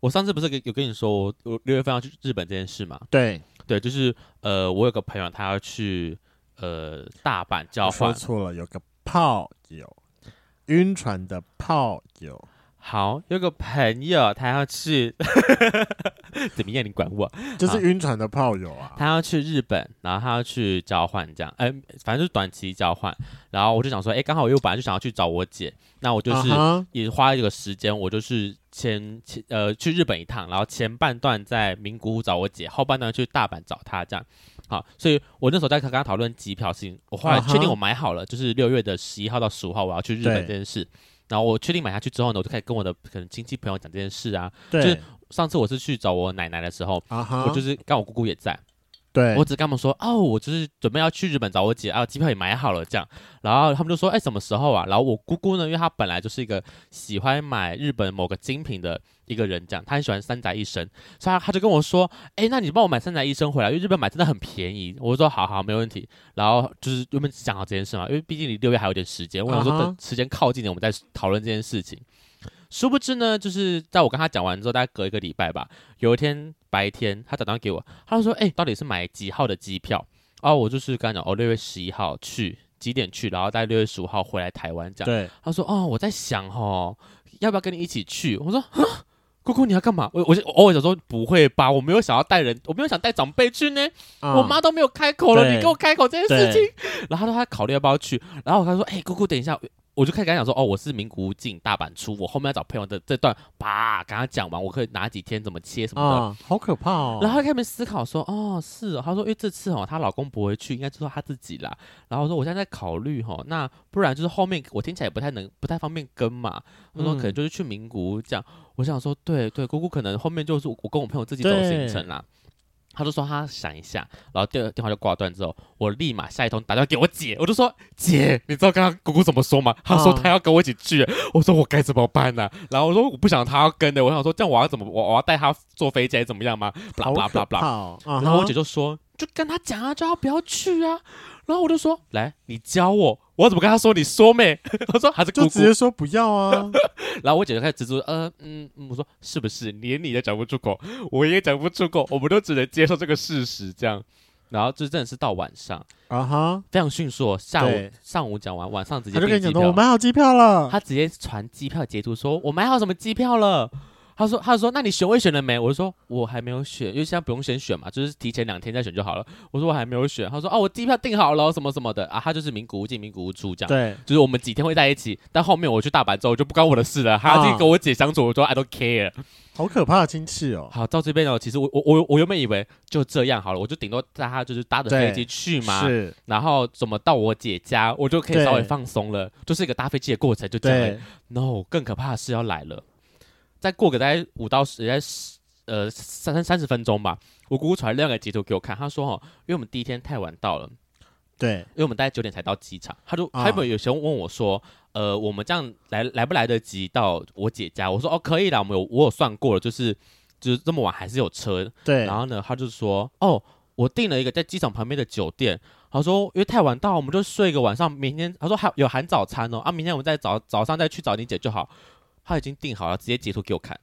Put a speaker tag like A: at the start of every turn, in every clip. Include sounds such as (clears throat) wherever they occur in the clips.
A: 我上次不是给有跟你说我我六月份要去日本这件事嘛？
B: 对，
A: 对，就是呃，我有个朋友他要去呃大阪交
B: 说
A: 换。
B: 错了，有个炮友，晕船的炮
A: (laughs)
B: 友，
A: 好，有个朋友他要去， (laughs) 怎么样？你管我？
B: 就是
A: 好
B: 晕船的炮友啊。
A: 他要去日本，然后他要去交换，这样，哎、反正就是短期交换。然后我就想说，哎、刚好我又本来就想要去找我姐，那我就是
B: 啊哈
A: 也花这个时间，我就是前前呃去日本一趟，然后前半段在名古屋找我姐，后半段去大阪找她，这样。好，所以我那时候在跟她讨论机票事情，我后来
B: 啊哈
A: 确定我买好了就是六月的十一号到十五号我要去日本
B: 对
A: 这件事。然后我确定买下去之后呢，我就开始跟我的可能亲戚朋友讲这件事啊。
B: 对
A: 是上次我是去找我奶奶的时候，
B: 啊哈，
A: 我就是刚好我姑姑也在，
B: 对
A: 我只跟他们说，哦，我就是准备要去日本找我姐啊，机票也买好了这样。然后他们就说，哎，什么时候啊？然后我姑姑呢，因为她本来就是一个喜欢买日本某个精品的一个人，这样，她很喜欢三宅一生，所以她她就跟我说，哎，那你帮我买三宅一生回来，因为日本买真的很便宜。我就说，好好，没问题。然后就是原本只讲好这件事嘛，因为毕竟离六月还有点时间，我想说
B: 啊哈
A: 等时间靠近点，我们再讨论这件事情。殊不知呢，就是在我跟他讲完之后，大概隔一个礼拜吧，有一天白天，他打电话给我，他就说：“哎、到底是买几号的机票？”啊，我就是跟他讲，哦，六月十一号去，几点去，然后大概六月十五号回来台湾这样。
B: 对
A: 他说：“哦，我在想哦，要不要跟你一起去？”我说：“啊，姑姑你要干嘛？”我我就我偶尔想说：“不会吧，我没有想要带人，我没有想带长辈去呢。”
B: 啊
A: 我妈都没有开口了，
B: 对
A: 你给我开口这件事
B: 对啊
A: 情。然后她说她考虑要不要去，然后我跟她说，哎、姑姑等一下，我就开始跟她讲说，哦，我是名古屋进大阪出，我后面要找朋友的这段，啪，跟她讲完，我可以哪几天怎么切什么的。
B: 啊，好可怕哦。
A: 然后她开始思考说，哦，是哦，她说，因为这次哦，她老公不会去，应该就是她自己啦。然后我说，我现在在考虑哦，那不然就是后面我听起来也不太能，不太方便跟嘛。她说，
B: 嗯
A: 可能就是去名古屋这样。我想说，对对，姑姑可能后面就是我跟我朋友自己走行程啦。他就说他想一下，然后电电话就挂断之后，我立马下一通打电话给我姐，我就说姐，你知道刚刚姑姑怎么说吗？她说
B: 啊
A: 她要跟我一起去，我说我该怎么办呢、然后我说我不想她要跟的，我想说这样我要怎么我我要带她坐飞机还是怎么样吗？
B: 好
A: blah blah
B: 可
A: blah blah
B: 怕哦。然
A: 然后我姐就说就跟她讲啊，叫她不要去啊。然后我就说来，你教我，我要怎么跟她说？你说妹， (laughs) 我说还是姑
B: 就
A: 姑
B: 直接说不
A: (laughs)
B: 要啊，
A: 然后我姐就开始支支吾吾，呃，嗯，嗯我说是不是？连你都讲不出口，我也讲不出口，我们都只能接受这个事实，这样。然后就真的是到晚上，
B: 啊哈，
A: 非常迅速哦，下午
B: 对
A: 上午讲完，晚上直接
B: 他就跟
A: 订机
B: 你讲说，我
A: 票。
B: 买好机票了，
A: 他直接传机票截图说，我买好什么机票了。他说：“他说，那你选位选了没？”我就说：“我还没有选，因为现在不用先选嘛，就是提前两天再选就好了。”我说：“我还没有选。”他说：“哦，我机票订好了哦，什么什么的啊。”他就是名古屋进，名古屋出这样。
B: 对，
A: 就是我们几天会在一起，但后面我去大阪之后就不关我的事
B: 啊
A: 了。他自己跟我姐相处，我说 I don't care。
B: 好可怕的亲戚哦，
A: 好，到这边呢，其实我我我我原本以为就这样好了，我就顶多带他就是搭着飞机
B: 对
A: 去嘛，
B: 是，
A: 然后怎么到我姐家，我就可以
B: 对
A: 稍微放松了，就是一个搭飞机的过程，就这样而已。
B: 对，
A: No，更可怕的事要来了，再过个大概五到十，大概十呃三三三十分钟吧，我姑姑传亮个截图给我看，她说哦，因为我们第一天太晚到了。
B: 对，
A: 因为我们大概九点才到机场，他就
B: 啊
A: 他本有时候问我说，呃，我们这样来来不来得及到我姐家？我说哦，可以啦，我们有我有算过了，就是就是这么晚还是有车。
B: 对，
A: 然后呢，他就说哦，我订了一个在机场旁边的酒店。他说因为太晚到，我们就睡一个晚上，明天他说还有含早餐哦，啊，明天我们再早早上再去找你姐就好。他已经订好了，直接截图给我看，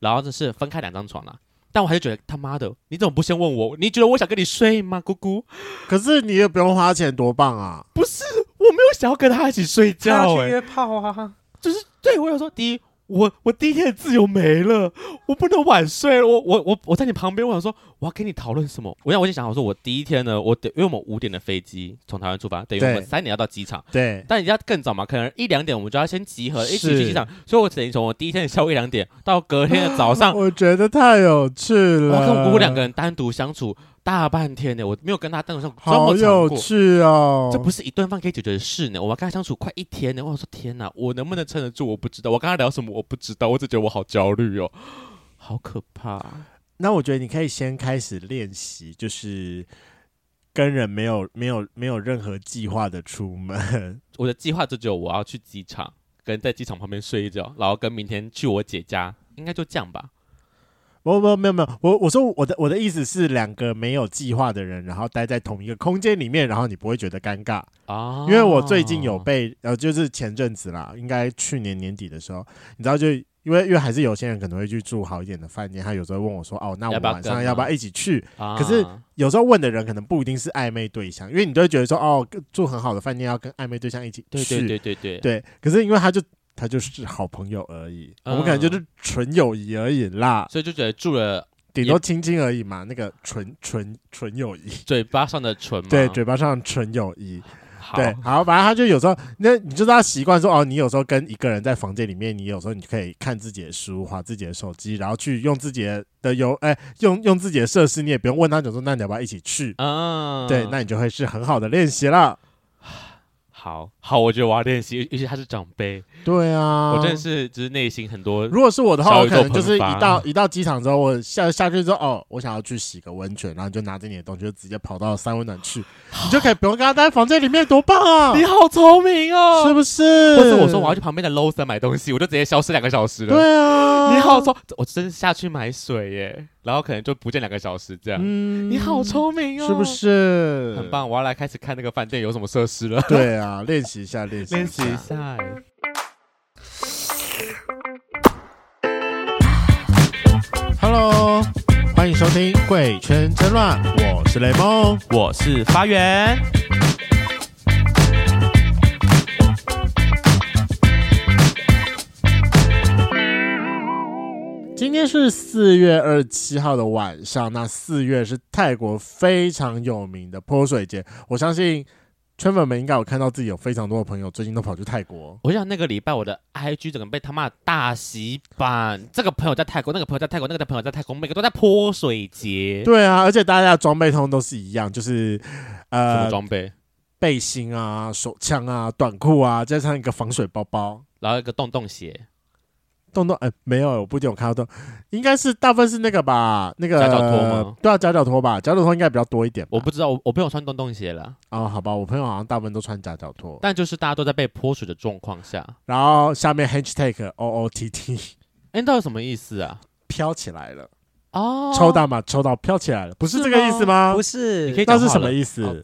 A: 然后这是分开两张床啦、但我还是觉得他妈的，你怎么不先问我？你觉得我想跟你睡吗，姑姑？
B: 可是你也不用花钱，多棒啊！
A: 我没有 (laughs) 想要跟他一起睡觉、欸，
B: 炮啊！
A: 就是对我有说，第一，我我第一天的自由没了，我不能晚睡了。我我我我在你旁边，我想说我要跟你讨论什么？我想我就想好说，我第一天呢，我得因为我们五点的飞机从台湾出发，等于我
B: 对
A: 们三点要到机场，
B: 对，
A: 但人家更早嘛，可能一两点我们就要先集合
B: 是
A: 一起去机场，所以我等于从我第一天的下午一两点到隔天的早上。
B: 我觉得太有趣
A: 我
B: 了。
A: 跟我姑姑两个人单独相处大半天呢，我没有跟她单独相处这么
B: 好
A: 长
B: 有
A: 过。
B: 趣哦！
A: 这不是一顿饭可以解决的事呢。我要跟他相处快一天呢，我想说天哪，我能不能撑得住？我不知道。我跟他聊什么我不知道，我只觉得我好焦虑哦，好可怕。
B: 那我觉得你可以先开始练习，就是跟人没有没有没有任何计划的出门。 (laughs)
A: 我的计划就只有我要去机场，跟在机场旁边睡一觉，然后跟明天去我姐家，应该就这样吧。
B: 不不没有没有，我我说我的我的意思是两个没有计划的人，然后待在同一个空间里面，然后你不会觉得尴尬。
A: 啊，
B: 因为我最近有被呃，就是前阵子啦，应该去年年底的时候，你知道就。因因为因为还是有些人可能会去住好一点的饭店，他有时候会问我说，哦，那我
A: 要不要
B: 晚上
A: 跟
B: 要不
A: 吗
B: 要一起去？
A: 啊
B: 可是有时候问的人可能不一定是暧昧对象，因为你都会觉得说，哦，住很好的饭店要跟暧昧对象一起去，
A: 对对对对对，
B: 对可是因为他就他就是好朋友而已，
A: 嗯
B: 我们可能就是纯友谊而已啦，
A: 所以就觉得住了
B: 顶多亲亲而已嘛，那个纯纯纯友谊，
A: 嘴巴上的唇嘛，
B: 对，嘴巴上纯友谊，
A: 好
B: 对，好，反正他就有时候，那你就是要习惯说，哦，你有时候跟一个人在房间里面，你有时候你可以看自己的书，划自己的手机，然后去用自己的游，哎、用用自己的设施，你也不用问他讲说，那你要不要一起去？
A: 嗯，
B: 对，那你就会是很好的练习了。
A: 好好，我觉得我要练习，尤其他是长辈，
B: 对啊，
A: 我真的是就是内心很多
B: 如果是我的话，
A: 小
B: 我
A: 宇
B: 可
A: 宙
B: 能就是一
A: 喷发
B: 到一到机场之后，我下下去之后，哦，我想要去洗个温泉，然后你就拿着你的东西，就直接跑到三温暖
A: (laughs)
B: 去，你就可以不用跟他待在房间里面，多棒啊！
A: 你好聪明哦！
B: 是不是？
A: 或者我说我要去旁边的 l o s o n 买东西，我就直接消失两个小时了。、
B: 对啊，
A: 你好聪，我真的下去买水耶，然后可能就不见两个小时这样。啊
B: 嗯
A: 你好聪明哦，
B: 是不？是？
A: 很。棒，我要来开始看那个饭店有什么设施了，
B: 对啊，练习一下， (laughs) 练习
A: 练习一下耶。
B: Hello，欢迎收听《贵圈争乱》，我是雷梦。
A: 我是发源，
B: 今天是四月二十七号的晚上，那四月是泰国非常有名的泼水节，我相信。圈粉们应该有看到自己有非常多的朋友最近都跑去泰国，
A: 我想那个礼拜我的 IG 整个被他妈大洗版，这个朋友在泰国，那个朋友在泰国，那个朋友在泰国，每个都在泼水节。
B: 对啊，而且大家的装备通通都是一样，就是
A: 什么
B: 呃
A: 装备？
B: 背心啊、手枪啊、短裤啊，加上一个防水包包，
A: 然后一个洞洞鞋，
B: 洞洞哎、没有，我不仅有看到洞，应该是大部分是那个吧，那个
A: 夹脚拖吗
B: 对啊，夹脚拖吧，夹脚拖应该比较多一点吧。
A: 我不知道，我我朋友穿洞洞鞋了，
B: 哦，好吧，我朋友好像大部分都穿夹脚拖，
A: 但就是大家都在被泼水的状况下，
B: 然后下面 hashtag O O T T (laughs)
A: 哎，到底什么意思啊？
B: 飘起来了，
A: 哦，
B: 抽到嘛，抽到飘起来了，不是这个意思吗
C: 不？
A: 啊你可以
C: 是，
A: 讲
B: 那
A: 话
B: 是什么
A: 了
B: 意思？
A: 哦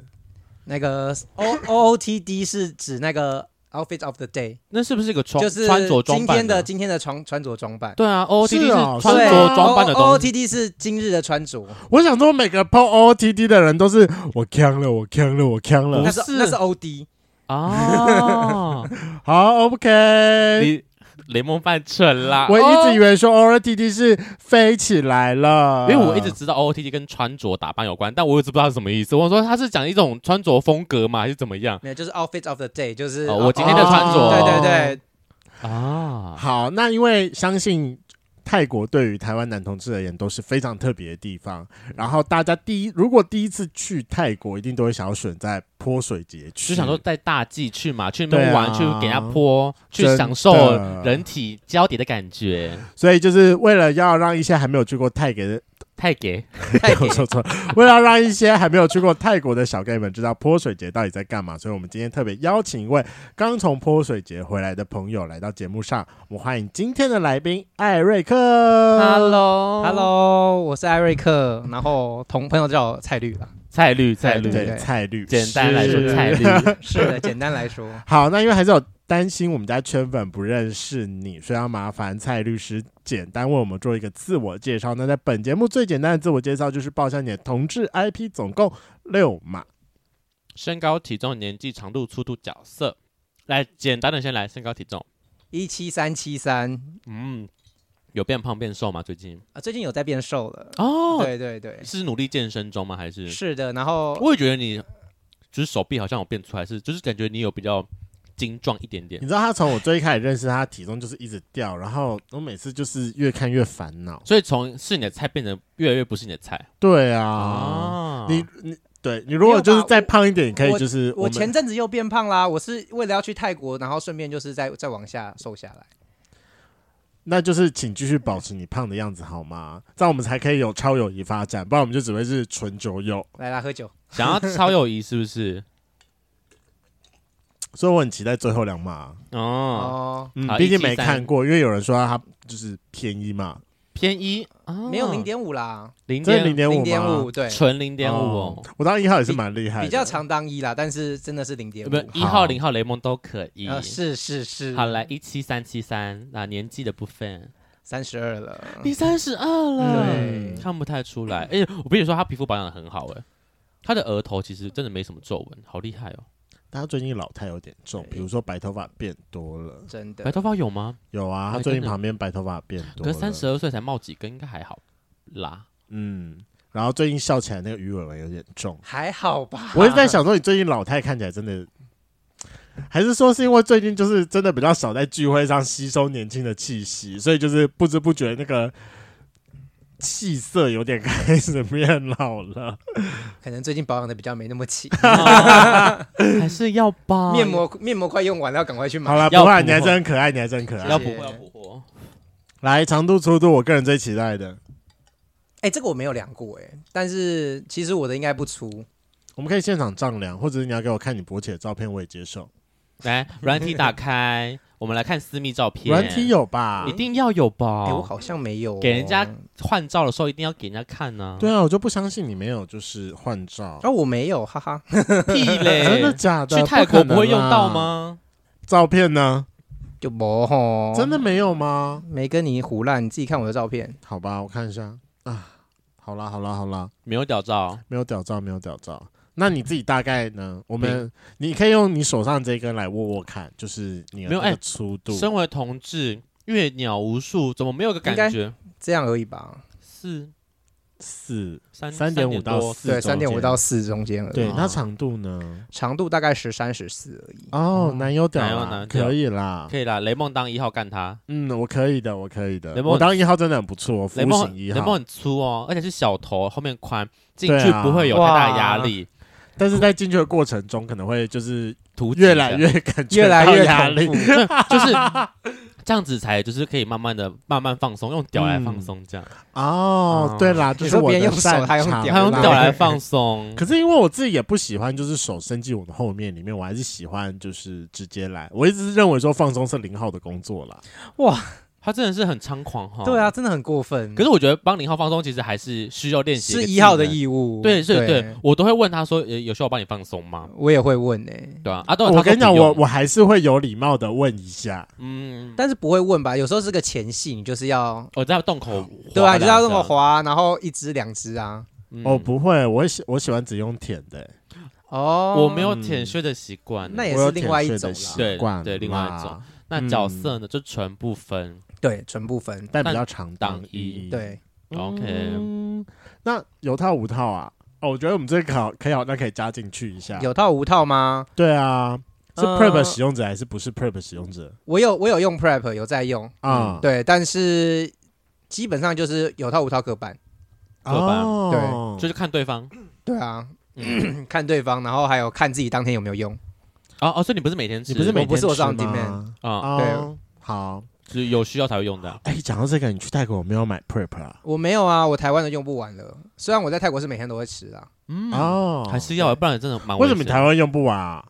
C: 那个 O O O T D 是指那个 outfit of the day，
A: 那是不是一个穿
C: 就是
A: 穿着装
C: 今
A: 扮
C: 天
A: 呢
C: 的今天的穿穿着装扮。
A: 对啊，O O T D
B: 是哦
A: 是穿着装扮的
C: ，O O
A: 东
C: T
A: 西。
C: D 是今日的穿着，
B: 我想说，每个 PO O O T T 的人都是我扛了，我扛了，我扛
A: 不
C: 那
B: 了。
C: 是
A: 是
C: 那是 O D，
A: (laughs) 哦，
B: 好，OK。
A: 你哦雷蒙犯蠢啦！
B: 我一直以
A: 为，
B: 为说 O O T T 是飞起来了，
A: 因为我一直知道 O O T D 跟穿着打扮有关，但我一直不知道是什么意思。我说他是讲一种穿着风格嘛，还是怎么样
C: 没有就是 outfit of the day，就是
A: 哦我今天的穿着
C: 对对对，
A: 啊？
B: 好，那因为相信泰国对于台湾男同志而言都是非常特别的地方，然后大家第一如果第一次去泰国，一定都会想要选在泼水节去，
A: 就想说带大 G 去嘛，去那边玩，
B: 对啊
A: 去给他泼，去
B: 真
A: 享受
B: 的
A: 人体交叠的感觉，
B: 所以就是为了要让一些还没有去过泰国的，
A: 太给 (laughs)
C: 太
B: (laughs) 我
C: 给
B: 说错了，为了要让一些还没有去过泰国的小 gay 们知道泼水节到底在干嘛，所以我们今天特别邀请一位刚从泼水节回来的朋友来到节目上，我们欢迎今天的来宾艾瑞克。
A: 呃 Hello，Hello，
C: Hello，我是艾瑞克，然后同朋友叫我蔡
A: (laughs)
C: 律了，
A: 蔡绿，蔡绿
C: 对，
B: 对，蔡律，
A: 简单来说，
C: 是
A: 蔡绿，
C: 是的，简单来说，
B: 好，那因为还是有担心我们家圈粉不认识你，所以要麻烦蔡律师简单为我们做一个自我介绍。那在本节目最简单的自我介绍就是报一下你的同志 IP，总共六码。
A: 身高、体重、年纪、长度、粗度、角色。来，简单的先来身高体重。
C: 一七三七三
A: 嗯，有变胖变瘦吗？最近
C: 啊，最近有在变瘦了，
A: 哦，
C: 对对对，
A: 是努力健身中吗？还是
C: 是的，然后
A: 我也觉得你就是手臂好像有变出来，是就是感觉你有比较精壮一点点
B: 你，知道他从我最开始认识他，体重就是一直掉，然后我每次就是越看越烦恼。
A: 所以从是你的菜变得越来越不是你的菜
B: 对啊，
A: 啊
B: 你你对你如果就是再胖一点，你可以就是
C: 我
B: 们
C: 前阵子又变胖啦，我是为了要去泰国，然后顺便就是再再往下瘦下来。
B: 那就是请继续保持你胖的样子好吗？这样我们才可以有超友谊发展，不然我们就只会是纯酒友。
C: 来啦，喝酒，
A: 想要超友谊是不是？
B: 所以我很期待最后两码。
C: (laughs)
A: 哦，
C: 哦，
B: 嗯
A: 好，
B: 毕竟
A: 173
B: 没看过，因为有人说它就是便宜嘛，
A: 偏一啊，
C: 没有零点五啦，
A: 零
B: 这零
A: 点
B: 点五
C: 零
B: 吗？
C: 点五，对，
A: 纯零点五哦。
B: 我当一号也是蛮厉害的，
C: 比较常当一啦，但是真的是零点
A: 不
C: 五，
A: 一号、零号、雷蒙都可以。
C: 啊呃，是是是，
A: 好，来一七三七三啊，年纪的部分，
C: 三十二 (laughs) 了，
A: 你三十二了，
C: 对，
A: 看不太出来。哎、我跟你说，他皮肤保养的很好、哎，他的额头其实真的没什么皱纹，好厉害哦。
B: 但他最近老态有点重，比如说白头发变多了。
C: 真
A: 白
C: 的
A: 头发有吗？
B: 有啊，他
A: 哎
B: 最近
A: 真的
B: 旁边白头发变多
A: 可
B: 了。
A: 是三十二岁才冒几根，应该还好
C: (laughs)
A: 啦。
B: 嗯，然后最近笑起来那个鱼尾纹有点
A: (laughs)
B: 重。
C: 还好吧？
B: 我一直在想说，你最近老太看起来真的，还是说是因为最近就是真的比较少在聚会上吸收年轻的气息，所以就是不知不觉那个气色有点开始变
A: (laughs)
B: 老了。
C: 可能最近保养的比较没那么齐，
A: 还是要吧。
C: 面膜面膜快用完了，要赶快去
B: 好
C: 买。
B: 了，
A: 要
B: 不怕，
A: 补
B: 你还
A: 货
B: 真可爱，你还真可
A: 要
B: 爱。
A: 补
C: 谢谢
A: 货要补货，
B: 来，长度粗度，我个人最期待的，
C: 哎，这个我没有量过哎，但是其实我的应该不粗，
B: 我们可以现场丈量，或者是你要给我看你勃起的照片，我也接受。
A: 来软体打开，我们来看私密照片。
B: 软体有吧
A: 一？定要有吧？
C: 哎，我好像没有哦
A: 给人家换照的时候一定要给人家看呢、
B: 对啊，我就不相信你没有，就是换照。
C: 啊，我没有，哈哈。
A: 屁嘞！
B: (laughs) 真的假的？
A: 哎去泰国
B: 可能啊
A: 不会用到
B: 啦？
A: 吗？
B: 照片呢？
C: 就没吼，
A: 哦
B: 真的没有吗？
C: 没跟你胡乱，你自己看我的照片。
B: 好吧，我看一下啊。好啦，好啦，好啦，
A: 没有屌照，
B: 没有屌照，没有屌照。那你自己大概呢？我们你可以用你手上这根来握握看，就是你的
A: 没有
B: 那个
A: 哎
B: 粗度。
A: 身为同志，阅鸟无数，怎么没有个感觉？
C: 这样而已吧，
A: 四
B: 四
A: 三
B: 3.5到
A: 多
B: 四
C: 对，
B: 中
C: 三
B: 间
C: 点五到四中间而已，
B: 对，
A: 啊
B: 那长度呢？
C: 长度大概十三十四而已。
B: 哦，
A: 嗯
B: 男友屌
A: 男友
B: 啦
A: 男友屌
B: 可以啦。
A: 可以啦。雷梦当一号干他，
B: 嗯，我可以的，我可以的
A: 雷。蒙
B: 我当一号真的很不错，服
A: 雷
B: 务
A: 梦
B: 型一
A: 雷梦
B: 号。
A: 很粗哦，而且是小头，后面宽，进
B: 对
A: 去
B: 啊
A: 不会有太大的压力，
B: 但是在进去的过程中，可能会就是
A: 凸起
B: 越来
A: 这样
B: 越感觉
C: 越来
B: 到
C: 越
B: 压力
C: 恐。怖
B: (laughs)
A: 就是这样子才就是可以慢慢的慢慢放松，用屌来放松这样，
B: 哦
A: 哦，
B: 对啦，就
C: 你
B: 是
C: 说
B: 我
C: 别人
B: 的
C: 用手
B: 擅
C: 他用
B: 长
C: 屌
A: 他
B: 啦
A: 用屌来放松。
B: 可是因为我自己也不喜欢，就是手伸进我的后面里面，我还是喜欢就是直接来。我一直认为说放松是零号的工作啦，
A: 他真的是很猖狂哈。
C: 对啊，。真的很过分。
A: 哦可是我觉得帮零号放松其实还是需要练习，
C: 是一号的。义务，
A: 对，是，对，我都会问他说，呃有需要我帮你放松吗？
C: 我也会问呢，欸
A: 对啊，
C: 哦
A: 啊，对，
B: 嗯我
A: 他说
B: 跟你讲，
A: 不
B: 我
A: 用
B: 我还是会有礼貌的问一下。
A: 嗯，
C: 但是不会问吧？有时候是个前戏，你就是要
A: 我哦在洞口，
C: 对啊，你就是要那么，滑，然后一只两只啊。
A: 嗯
B: 哦，，不会，我喜我喜欢只用舔的、
C: 哦，
A: 我没有舔靴的习惯，
C: 那也
B: 我有
C: 是另
B: 舔
C: 外一
B: 睡的
C: 种
B: 习
C: 啦。
A: 对
B: 惯
A: 对另外一
B: 啦
A: 种，那角色呢就全部分
C: 对，纯不分。
B: 但比较常当
A: 当
B: 一
A: 一。
C: 对，
A: ，OK，
B: 嗯那有套无套啊？哦，我觉得我们这个好可以好，那可以加进去一下。
C: 有套无套吗？
B: 对啊，是
C: 呃
B: Prep 使用者还是不是 Prep 使用者
C: 我有，我有用 prep，有在用。
A: 嗯
B: 啊？
C: 对，但是基本上就是有套无套各半。
A: 各半
B: 哦，
A: 就是看对方。
C: 对啊，
A: 嗯
C: (clears throat) 看对方，然后还有看自己当天有没有用。
A: 哦哦，所以你不是每天吃，
B: 你不是每
C: 我不
B: 天
C: 是我
B: 吃
C: 上
B: 吗
C: demand？
A: 啊，
B: 哦，好。
A: 只有需要才会用的。
B: 哎，讲到这个，你去泰国有没有买 Prep 啊？
C: 我没有啊，我台湾的用不完了。虽然我在泰国是每天都会吃啊，
A: 嗯，
B: 哦，
A: 还是啊要，不然真的蛮危
B: 为
A: 险
B: 什么你台湾用不完啊？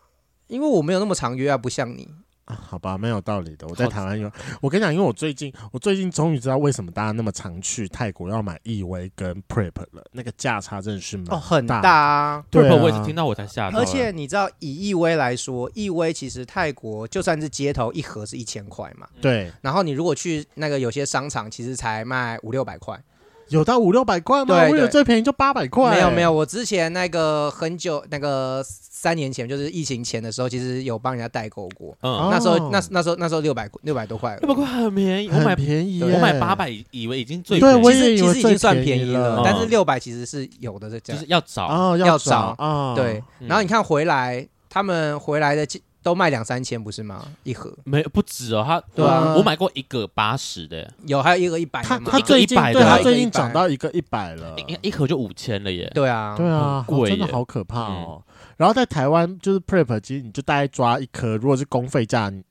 C: 因为我没有那么常约啊，不像你。
B: 啊好吧，蛮有道理的。我在
A: 好
B: 台湾用，我跟你讲，因为我最近，我最近终于知道为什么大家那么常去泰国要买易威跟 Prep 了，那个价差真的是蛮
C: 哦，很
B: 大
C: 大啊。
B: 对啊
A: Purple 我也是听到我才吓到了，啊
C: 而且你知道，以易威来说，易威其实泰国就算是街头一盒是一千块嘛，
B: 对，
C: 然后你如果去那个有些商场，其实才卖五六百块。
B: 有到五六百块吗？我
C: 对
B: 有
C: 对
B: 最便宜就八百块，
C: 没有没有，我之前那个很久那个三年前，就是疫情前的时候，其实有帮人家代购过。
B: 哦
A: 嗯，
C: 那时候那那时候那时候六百六百多块而已，
A: 六百块很便宜，我
B: 很
A: 买
B: 便宜耶，
A: 我买八百以为已经最
B: 对
A: 便宜
B: 我
C: 其
B: 也
C: 实
B: 以
C: 其
B: 为
C: 实已经算
B: 最便
C: 便
B: 宜
C: 宜
B: 了
C: 了，但是
A: 嗯
C: 六百其实是有的，这这
A: 就啊是
C: 样
A: 要找，
B: 哦，
C: 要
B: 找
C: 找
B: 啊，
C: 对。
A: 嗯
C: 然后你看回来，他们回来的都卖两三千，不是吗？一盒
A: 没不止哦，他
C: 对啊
A: 我我买过一个八十的，
B: 啊
C: 有，还有一个一百
B: 他
C: 的嘛
B: 他。最近
A: 一个100
B: 对
A: 的啊
B: 他
A: 一个
B: 最近
C: 100
B: 涨到一个一百了，
A: 一一盒就五千了耶。
C: 对啊，
B: 对啊，
A: 很
B: 好
A: 贵
B: 真的
A: 耶嗯
B: 好可怕哦。然后在台湾就是 prep，其实你就大概抓一颗，如果是公费价，你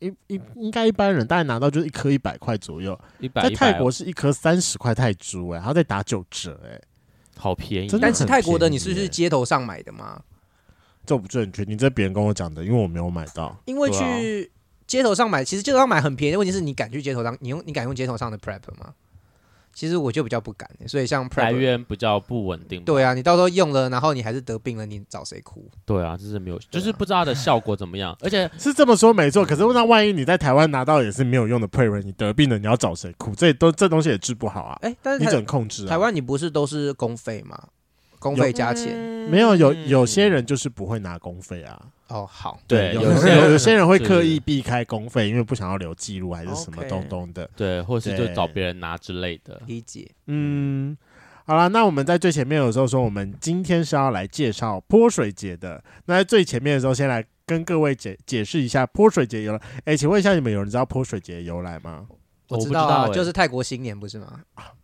B: 一一一应该一般人大概拿到就是一颗一百块左右，
A: 一百
B: 在
A: 啊一
B: 泰
A: 百
B: 国是一颗三十块泰铢，哎，还要再打九折，哎，
A: 好便宜，
B: 真的
C: 但是泰国的
B: 很便宜
C: 你是不
B: 耶
C: 是街头上买的嘛？
B: 这我不是很确定，这别人跟我讲的，因为我没有买到。
C: 因为
A: 对啊
C: 去街头上买，其实街头上买很便宜。问题是你敢去街头上，你用你敢用街头上的 prep 吗？其实我就比较不敢，所以像 p r
A: 来
C: e p
A: 源比较不稳定吧。
C: 对啊，你到时候用了，然后你还是得病了，你找谁哭？
A: 对啊，就是没有，就
C: 对啊
A: 是不知道它的效果怎么样。而且
B: 是这么说没错，可是那万一你在台湾拿到也是没有用的配人，你得病了你要找谁哭？这都这东西也治不好啊，
C: 哎，但
B: 你
C: 是
B: 只
C: 台
B: 能控制啊。
C: 台湾你不是都是公费吗？公费加钱
A: 嗯
B: 没有有
C: 嗯
B: 有些人就是不会拿公费啊，
C: 哦，好，
A: 对
B: 有
A: 有
B: 有
A: 些人
B: 有些人会刻意
A: 是
B: 避开公费，因为不想要留记录还是什么
C: OK
B: 东东的。
A: 对，或是就
B: 对
A: 找别人拿之类的。
C: 理解。
B: 嗯，好啦，那我们在最前面的时候说，我们今天是要来介绍泼水节的。那在最前面的时候，先来跟各位解解释一下泼水节由来。哎、请问一下，你们有人知道泼水节的由来吗？
A: 我不
C: 知
A: 知
C: 道
A: 道
C: 啊，
A: 欸
C: 就是泰国新年不是吗？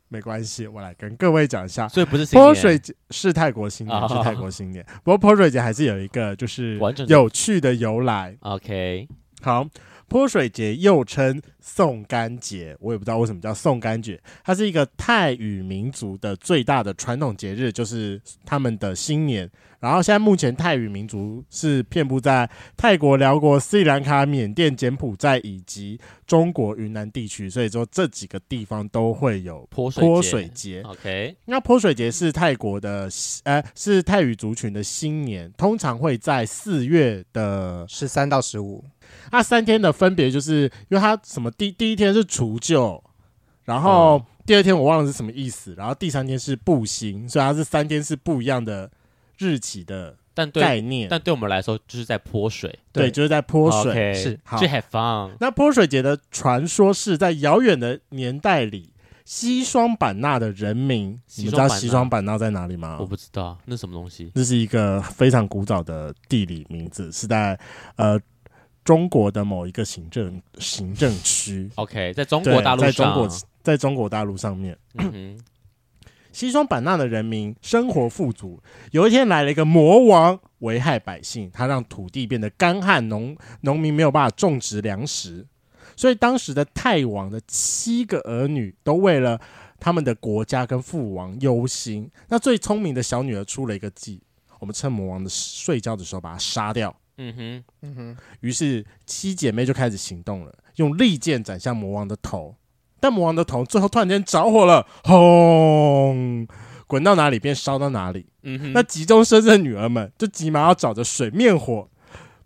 B: 没关系，我来跟各位讲一下。
A: 所以不是新
B: 泼
A: 年
B: 水节是泰国新年，
A: 哦
B: 是泰国新年。不过泼水节还是有一个就是
A: 完整的
B: 有趣的由来。
A: OK，
B: 好，泼水节又称送干节，我也不知道为什么叫送干节。它是一个泰语民族的最大的传统节日，就是他们的新年。然后现在目前泰语民族是遍布在泰国、辽国、斯里兰卡、缅甸、柬埔寨以及中国云南地区，所以说这几个地方都会有
A: 泼水
B: 泼
A: 节 (laughs)
B: 水节。
A: OK，
B: 那泼水节是泰国的呃是泰语族群的新年，通常会在四月的
C: 十三到十五，
B: 那三天的分别，就是因为它什么第第一天是除旧，然后
A: 嗯
B: 第二天我忘了是什么意思，然后第三天是步行，所以它是三天是不一样的日期的
A: 但对
B: 概念。
A: 但对我们来说就是在泼水，
B: 对，就是在泼水。
A: OK，
C: 是
B: 好
A: 去 have fun。
B: 那泼水节的传说是在遥远的年代里，西双版纳的人民，你们知道西
A: 西
B: 双
A: 双
B: 版纳在哪里吗
A: 我？不知道那什么东西，
B: 这是一个非常古早的地理名字，是在呃中国的某一个行政行政区。
A: OK，在中
B: 对
A: 国大陆
B: 在中
A: 上，
B: 国在中国大陆上面，
A: 嗯哼，
B: 西双版纳的人民生活富足。有一天来了一个魔王，危害百姓，他让土地变得干旱，农农民没有办法种植粮食，所以当时的泰王的七个儿女都为了他们的国家跟父王忧心。那最聪明的小女儿出了一个计，我们趁魔王的睡觉的时候把他杀掉。
A: 嗯哼，
C: 嗯哼，
B: 于是七姐妹就开始行动了，用利剑斩向魔王的头，但魔王的头最后突然间着火了，轰！滚到哪里便烧到哪里。
A: 嗯哼，
B: 那急中生智的女儿们就急忙要找着水灭火，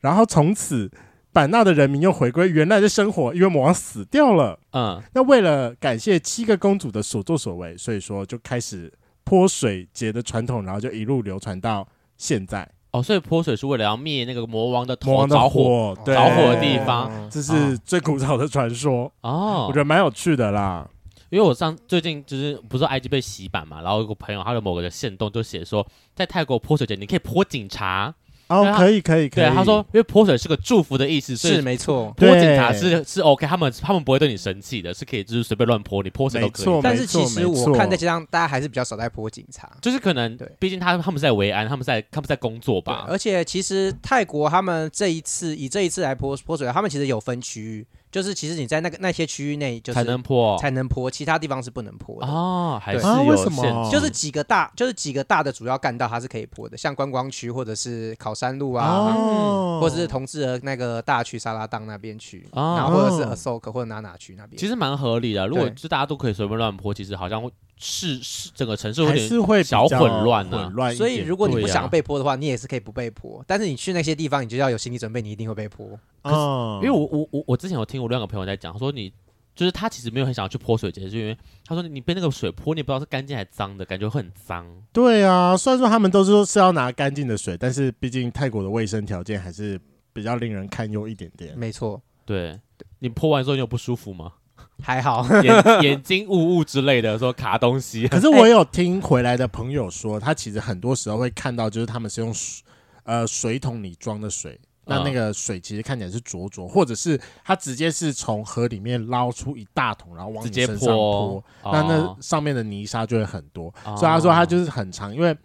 B: 然后从此版纳的人民又回归原来的生活，因为魔王死掉了。
A: 嗯
B: 那为了感谢七个公主的所作所为，所以说就开始泼水节的传统，然后就一路流传到现在。
A: 哦，所以泼水是为了要灭那个魔王的
B: 魔
A: 头
B: 王的
A: 着火
B: 火，对
A: 着火的地方
C: 哦
B: 这是最古早的传说，我
A: 哦
B: 觉，得蛮有趣的啦。
A: 因为我上最近就是不是说 IG 被洗版嘛，然后有个朋友他的某个的线动就写说，在泰国泼水节你可以泼警察，对
B: 哦，
A: 啊
B: 可以，可以，可
A: 对
B: 以。
A: 啊，他说因为泼水是个祝福的意思，所以
C: 是没错。
A: 泼
B: 对
A: 警察是是 OK，他们他们不会对你生气的，是可以就是随便乱泼，你泼谁都
B: 没
A: 可
B: 错，
A: 以。
C: 但
B: 没
C: 是
B: 错
C: 其实
B: 没
C: 我
B: 错
C: 看在街上，大家还是比较少在泼警察。
A: 就是可能
C: 对，
A: 毕竟他他们是在维安，他们在他们在工作
C: 对，
A: 吧。
C: 而且其实泰国他们这一次以这一次来泼泼水，他们其实有分区域，就是其实你在那个那些区域内就是
A: 才能泼
C: 才能泼，其他地方是不能泼的。
A: 哦，还
C: 对
A: 是
B: 啊
A: 有
B: 为什
A: 限
B: 么
A: 制
C: 就是几个大，就是几个大的主要干道，它是可以泼的，像观光区或者是考山路啊，
B: 哦，
C: 或者是同志的那个大区沙拉当那边去，
A: 哦
C: 然后或者是
B: 哦
C: Asoka 或者哪哪区那边。
A: 其实蛮合理的。啊如果
C: 对
A: 就大家都可以随便乱泼，其实好像会是是整个城市会有
B: 还
A: 点
B: 是会比较
A: 小混乱啊
B: 混乱一点。
C: 所以如果你
A: 对
C: 不
A: 呀
C: 想被泼的话，你也是可以不被泼，但是你去那些地方，你就要有心理准备，你一定会被泼。
B: 嗯
A: 因为我我我我之前有听我两个朋友在讲，他说你就是他其实没有很想要去泼水节，是因为他说你被那个水泼，你不知道是干净还是脏的，感觉会很脏。
B: 对啊，虽然说他们都是说是要拿干净的水，但是毕竟泰国的卫生条件还是比较令人堪忧一点
A: 嗯
B: 点。
C: 没错，
A: 对你泼完之后你有不舒服
B: (laughs)
A: 吗？
C: 还好。
A: 眼眼睛雾雾之类的，说卡东 (laughs) 西。
B: 可是我有听回来的朋友说，他其实很多时候会看到，就是他们是用水呃水桶里装的水，那
A: 嗯
B: 那个水其实看起来是浊浊，或者是他直接是从河里面捞出一大桶，然后往
A: 直
B: 你
A: 接
B: 身上泼
A: 泼，，
B: (laughs) 那
A: 哦
B: 那上面的泥沙就会很多。
A: 哦
B: 所以他说她就是很长，因为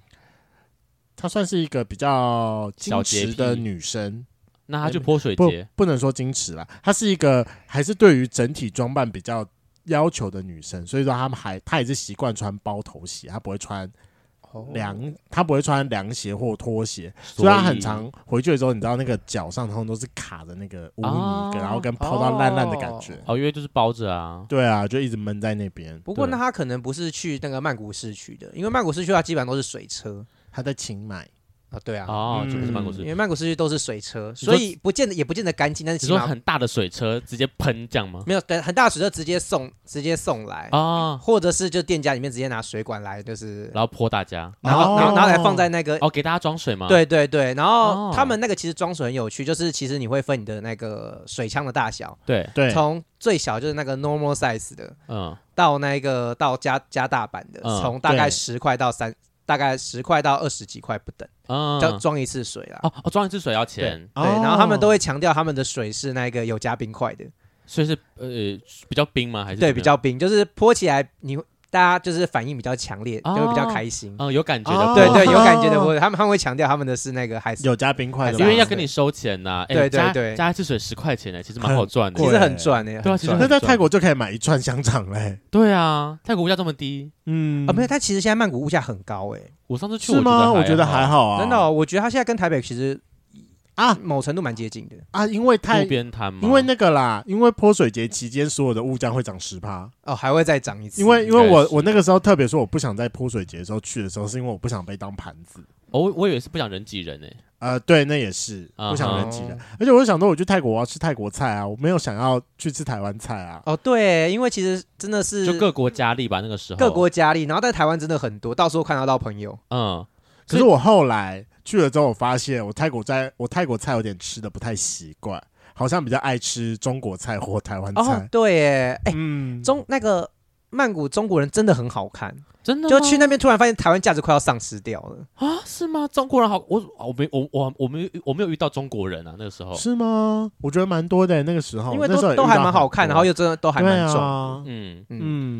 B: 她算是一个比较矜持
A: 小
B: 的
A: 洁癖
B: 女生，
A: 那他去泼水
B: 不
A: 节，
B: 不能说矜持啦，她是一个还是对于整体装扮比较要求的女生，所以说他们还她也是习惯穿包头鞋，她不会穿
C: (laughs) 哦
B: 凉，他不会穿凉鞋或拖鞋，
A: 所
B: 所以他很常回去的时候，你知道那个脚上通常都是卡着那个污泥
A: 哦
B: 跟，然后跟泡到烂烂的感觉。
A: 哦，因为就是包着啊，
B: 对啊，就一直闷在那边。
C: 不过
A: 对
C: 那他可能不是去那个曼谷市区的，因为曼谷市区它基本上都是水车
B: 他在清迈，
C: 啊，对
B: 嗯
C: 啊，
A: 哦，就不是曼谷市
C: 因
A: 区。
C: 为曼谷市区都是水车，
A: 说
C: 所以不见得也不见得干净，但是
A: 你
C: 起
A: 说
C: 码
A: 很大的水车直接喷这样吗？
C: 没有对很大的水车直接送直接送来，
A: 啊，
C: 或者是就店家里面直接拿水管来，就是
A: 然后泼大家，
C: 然后
B: 哦
C: 然后拿来放在那个
A: 哦哦，给大家装水吗？，
C: 对对对，然后
A: 哦
C: 他们那个其实装水很有趣，就是其实你会分你的那个水枪的大小，
A: 对，
B: 对，
C: 从最小就是那个 normal size 的，
A: 嗯，
C: 到那个到加加大版的，
A: 嗯
C: 从大概
B: 对
C: 十块到三，大概十块到二十几块不等，
A: 嗯，
C: 叫装一次水啦。
A: 哦哦，装一次水要钱，
B: 哦
C: 对，然后他们都
B: 会
C: 会强调他们的水是那个有加冰块的，
A: 所以是呃比较冰吗？还是
C: 对，
A: 怎么
C: 比
A: 样
C: 较冰，就是泼起来你大家就是反应比较强烈，
A: 哦
C: 就会比较开心。
A: 嗯有感觉
B: 哦
A: 的，
C: 对对，有感觉的，或者他们他们会强调他们的是那个海，
B: 有加冰块的吧，
A: 因为要
C: 对
A: 跟你收钱呐，哎
C: 对对
A: 加
C: 对
A: 加一次水十块钱呢，其实蛮好赚的
C: 其
B: 很。
C: 实很赚的，
A: 对啊
C: 很
A: 其实
C: 赚
A: 很
B: 那在泰国就可以买一串香肠嘞。
A: 对啊，泰国物价这么低，
B: 嗯
C: 啊，没有，但其实现在曼谷物价很高哎、
A: 我上次去
B: 是吗？我觉得还
A: 还好
B: 好啊，
C: 真的哦、我觉得它现在跟台北其实
B: 啊
C: 某程度蛮接近的。
B: 啊，因为泰
A: 路边摊
C: 嗯
A: 嘛，
B: 因为那个啦，因为泼水节期间所有的物价会涨十趴，
C: 哦，还会再涨一次，
B: 因为因
A: 应该
B: 为我
A: 是
B: 我那个时候特别说我不想在泼水节的时候去的时候，是因为我不想被当盘子。
A: 哦我我以为是不想人挤人呢，
B: 呃，对，那也是
A: 啊
C: 嗯
A: 哈
B: 不想人挤人，而且我就想说，我去泰国我要吃泰国菜啊，我没有想要去吃台湾菜啊。
C: 哦对，因为其实真的是
A: 就各国佳丽吧，那个时候
C: 各国佳丽，然后在台湾真的很多，到时候看得到朋友
A: 嗯，
B: 可
A: 所以
B: 是我后来去了之后，我发现我泰国菜我泰国菜有点吃的不太习惯，好像比较爱吃中国菜或台湾
C: 哦
B: 菜。，
C: 对耶，哎、
B: 嗯，
C: 中那个曼谷中国人真的很好看，
A: 真的
C: 就
A: 吗
C: 去那边突然发现台湾价值快要丧失掉了，
A: 啊？是吗？中国人好，我我没我我我没有我没有遇到中国人啊，那个时候，
B: 是吗？我觉得蛮多的，那个时候
C: 哦因为
B: 哦那时候
C: 都
B: 也
C: 都
B: 遇
C: 还
B: 到
C: 蛮好看，
B: 很
C: 然
B: 多
C: 后又真的都还蛮
B: 对
C: 重，
B: 啊
A: 嗯，
C: 嗯，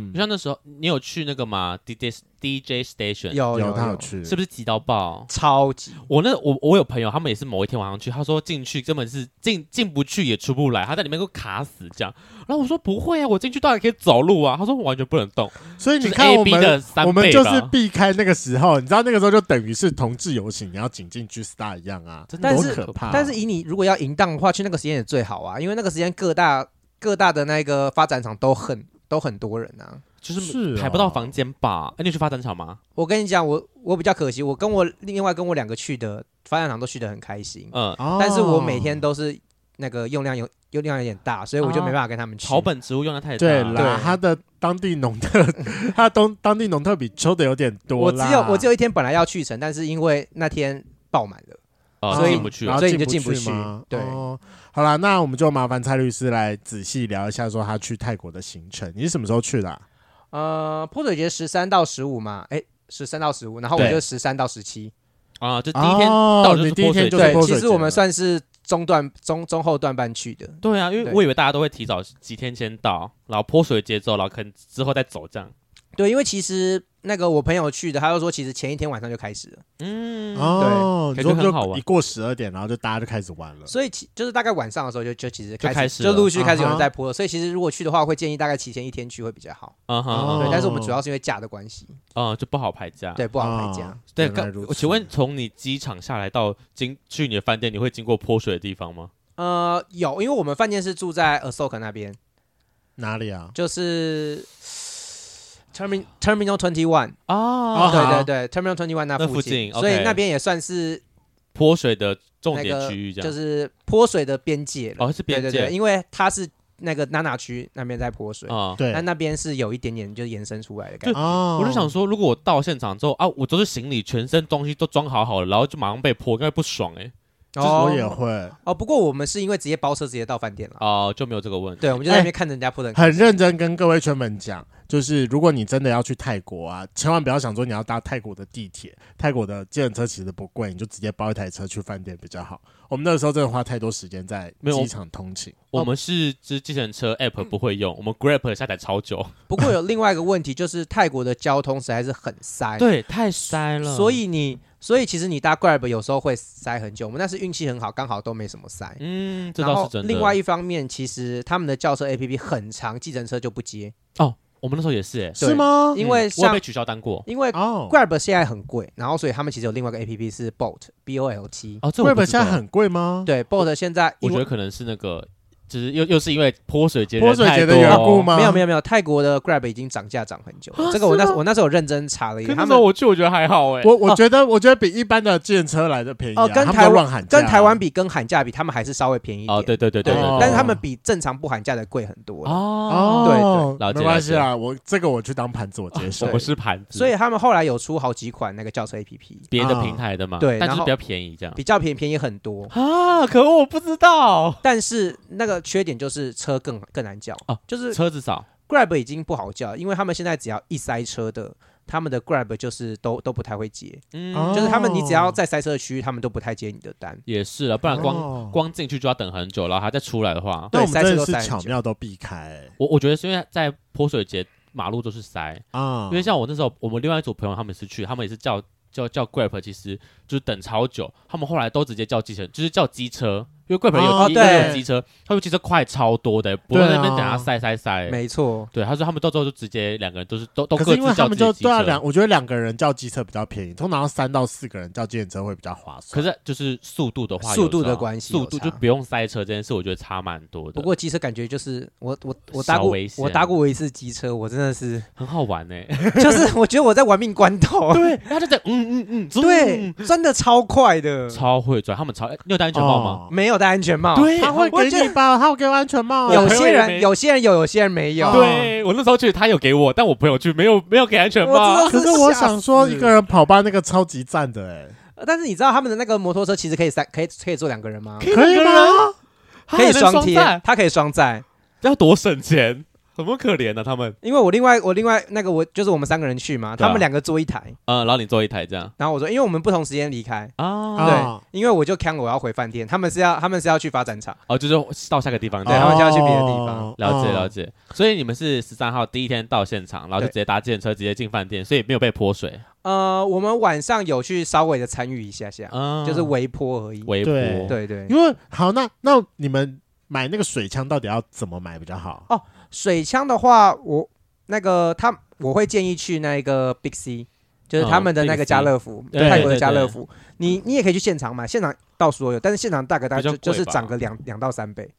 B: 嗯
A: 就，像那时候你有去那个吗？DJ DJ station
C: 哦有
B: 有他
C: 有
B: 有，去，
A: 是不是挤到爆？
C: 超级
A: 我那我我有朋友，他们也是某一天晚上去，他说进去根本是进进不去也出不来，他在里面给我卡死这样。然后我说不会啊，我进去当然可以走路啊。他说我完全不能动，
B: 所以你
A: 就是
B: 看我
A: A B
B: 们
A: 的三倍吧
B: 我们就是避开那个时候，你知道那个时候就等于是同志游行，你要紧进 G Star 一样啊，
A: 真的
C: 但
B: 多
C: 是
B: 可怕啊！
C: 但是以你如果要淫荡的话，去那个时间也最好啊，因为那个时间各大各大的那个发展厂都很都很多人啊。
A: 就是
B: 是哦
A: 排不到房间吧？哎、你有去发展场吗？
C: 我跟你讲，我我比较可惜，我跟我另外跟我两个去的发展厂都去的很开心，
A: 嗯，
B: 哦
C: 但是我每天都是那个用量有用量有点大，所以我就没办法跟他们去。
A: 草本植物用的太大
B: 哦对
A: 了。
B: 啦，
C: 对
B: 他的当地农特，他东当地农特比抽的有点多
C: 我只
B: 啦，
C: 有我只
B: 有
C: 有一天本来要去成，但是因为那天爆满了，
A: 哦，
C: 所以
A: 进不去
C: 然。后所以你就进不去
B: 吗？
C: 对
B: 哦好啦，那我们就麻烦蔡律师来仔细聊一下，说他去泰国的行程。你是什么时候去的啊？
C: 呃，泼水节十三到十五嘛，哎，十三到十五，然后我
B: 对
C: 就十三到十七，
A: 啊，就第一天
B: 哦
A: 到底就
B: 你
A: 是
B: 第一
A: 泼水节
B: 天就是
C: 对
B: 泼，水节
C: 其实我们
B: 了
C: 算是中段中中后段班去的，
A: 对啊，因为
C: 对
A: 我以为大家都会提早几天先到，然后泼水节之后，然后可能之后再走这样。
C: 对，因为其实那个我朋友去的，他就说其实前一天晚上就开始了，
A: 嗯，
B: 哦，你
A: 感觉
B: 说
A: 很好
B: 就
A: 玩
B: 一过十二点，然后就大家就开始玩了。
C: 所以其就是大概晚上的时候就就其实开
A: 就开始
C: 就
A: 了
C: 陆续开始有人
B: 啊哈
C: 在泼了，所以其实如果去的话，会建议大概提前一天去会比较好。
A: 嗯哼，
B: 哦
A: 嗯
C: 对，
A: 哼
C: 但是我们主要是因为假的关系，
A: 嗯，就不好排假。
C: 对，不好排假。
B: 哦
A: 对，
B: 原来
A: 刚
B: 如
A: 我
B: 此
A: 请问，从你机场下来到经去你的饭店，你会经过泼水的地方吗？
C: 呃，有，因为我们饭店是住在 Asoka 那边，
B: 哪里啊？
C: 就是 Termin Terminal Twenty One，
A: 啊
B: 好
C: 对对对，Terminal Twenty One 那
A: 那
C: 附
A: 附近
C: 所以
A: OK
C: 那边也算是
A: 泼水的重
C: 那
A: 点
C: 个
A: 区域这样。
C: 就是泼水的边界了。
A: 哦，是边
C: 对
A: 界
C: 对对，因为它是那个娜娜区那边在泼水，
A: 啊。
B: 对
C: 那，那边是有一点点就是延伸出来的感觉。
B: 哦
A: 我就想说，如果我到现场之后啊，我都是行李，全身东西都装好好了，然后就马上被泼，应该不爽哎。
B: 就是我也会
C: 哦，不过我们是因为直接包车直接到饭店了。
A: 哦，哎就没有这个问题。
C: 对，我们就在那边看着人家铺的很开
B: 很认真跟各位圈粉讲，就是如果你真的要去泰国啊，千万不要想说你要搭泰国的地铁，泰国的计程车其实不贵，你就直接包一台车去饭店比较好。我们那个时候真的花太多时间在
A: 没有
B: 机场通勤，
C: 哦
A: 我们是只计程车
C: 嗯
A: app 不会用，我们 Grab 下载超久，
C: 不过有另外一个问题，就是泰国的交通实在是很塞，，
A: 对，太塞了。
C: 所以你，所以其实你搭 Grab 有时候会塞很久。我们那是运气很好，刚好都没什么塞。
A: 嗯，这
C: 然
A: 倒
C: 后
A: 是真的。
C: 另外一方面，其实他们的轿车 APP 很长，计程车就不接。
A: 哦，我们那时候也是、欸，
B: 是吗？
C: 因为
A: 嗯我有
C: 像
A: 被取消单过。
C: 因为
B: 哦
C: Grab 现在很贵，然后所以他们其实有另外一个 A P P 是 Bolt B O L T，
A: 哦，这我不
B: ，Grab
A: 知
B: 现
A: 道
B: 在，很贵吗？
C: 对 Bolt 现在
A: 我
C: 因
A: 觉得
C: 为
A: 可能是那个，就是又又是因为泼水节人
B: 泼水节的
A: 太多
B: 缘故？吗？
C: 没有没有没有，泰国的 Grab 已经涨价涨很久了，这个我那时候我那时候有认真查了一
A: 啊可
C: 下，
A: 是
C: 他
A: 那时
C: 们
A: 候我去，我觉得还好哎、
B: 我我觉得我觉得比一般的电车来的便宜啊
C: 哦跟
B: 他们
C: 台
B: 都
C: 湾
B: 乱喊价
C: 跟台湾比跟喊价比，他们还是稍微便宜一点，
A: 哦，对对对对对，对
B: 哦
C: 但是他们比正常不喊价的贵很多了，
A: 哦，
B: 哦，
A: 对对了解
B: 没关系啦，我这个我去当盘子，我接受
A: 哦我。不是盘子，
C: 所以他啊们后来有出好几款那个轿车 A P P，
A: 别的平台的嘛，
C: 啊对
A: 但就是
C: 然后
A: 比较便宜这样
C: 比较便宜便宜很多，
A: 啊。可恶我不知道，
C: 但是那个缺点就是车更更难叫
A: 哦，
C: 就是
A: 车子少
C: Grab 已经不好叫，因为他们现在只要一塞车的，他们的 Grab 就是都都不太会接，
A: 嗯
B: 哦
C: 就是他们你只要在塞车区，他们都不太接你的单。
A: 也是了，不然光、
B: 哦
A: 光进去就要等很久，然后还再出来的话，
B: 那我们
C: 对塞车
B: 真的
C: 都
B: 是
C: 塞很
B: 巧
C: 久
B: 妙都避开
A: 我我觉得是因为在泼水节马路都是塞，
C: 嗯
B: 啊，
A: 因为像我那时候我们另外一组朋友他们也是去，他们也是叫叫叫 Grab，其实就是等超久，他们后来都直接叫计程，就是叫机车，因为 Grab 也有
B: 哦
A: 机车也
C: 对啊
A: 有机车，他们机车快超多的，不会在那边等他塞塞塞。
C: 没错，
A: 对，他说他们到最后就直接两个人都是都都
B: 可
A: 各
B: 是因为
A: 自
B: 他
A: 叫
B: 们
A: 自
B: 就
A: 己机
B: 对啊，
A: 车
B: 两，我觉得两个人叫机车比较便宜，通常要三到四个人叫计程车会比较划
A: 可
B: 算。
A: 是就是速度的话，
C: 速度
A: 有时候
C: 的关系有
A: 速度
C: 差
A: 就不用塞车这件事，我觉得差蛮多的。
C: 不过机车感觉就是我我我搭
A: 小
C: 过
A: 危险
C: 我搭过我一次机车，我真的是 (laughs)
A: 很好玩呢、
C: 就是我觉得我在玩命关头，
A: 对， (laughs) 他就在嗯嗯嗯，
C: 对，
A: 嗯
C: 真的超快的，
A: 超会转，他们超，哎你有戴安全帽吗？
B: 哦？
C: 没有戴安全帽，
A: 对
B: 他会
C: 我
B: 给
C: 觉
B: 你
A: (laughs)
B: 吧，他会给我安全帽啊。
C: 有
A: 朋友
C: 些
A: 也
C: 人
A: 没
C: 有些人有，有些人没有，
B: 哦
A: 对我那时候去，他有给我，但我朋友去没有没有给安全
C: 我知
A: 帽
C: 道。
B: 可是我想说，一个人跑吧那个超级赞的哎、
C: 但是你知道他们的那个摩托车其实可以三可以可以坐两个人吗？
A: 啊以
B: 可以
A: 两个
B: 吗？
A: 他
C: 可以
A: 还能
C: 双贴
A: 载，
C: 它可以双载。
A: 要多省钱，怎么可怜呢、啊他们，
C: 因为我另外我另外那个我就是我们三个人去嘛，
A: 对啊
C: 他们两个坐一台，
A: 呃，然后你坐一台这样
C: 然后我说因为我们不同时间离开，
A: 啊，
B: 啊
C: 对，因为我就看我要回饭店，他们是要他们是要去发展场，
A: 哦，就是到下个地方这
C: 对
A: 样。
C: 他们就要去别的地方
B: 哦
A: 了解了
B: 哦
A: 解，所以你们是十三号第一天到现场，然后就
C: 对
A: 直接搭电车直接进饭店，所以没有被泼水，
C: 呃，我们晚上有去稍微的参与一下下，
A: 嗯，
C: 就是微波而已。
A: 微波，
B: 对
C: 对对，
B: 因为好，那那你们买那个水枪到底要怎么买比较好？
C: 水枪的话，我那个他我会建议去那个 Big C，就是他们的
A: 嗯
C: 那
A: ，Big
C: 个
A: C
C: 家乐福，
A: 对
C: 泰国
A: 对对
C: 的家乐福。你你也可以去现场买，现场到所有，但是现场大概大概
A: 比较
C: 就就
A: 贵
C: 是
A: 吧
C: 涨个两两到三倍，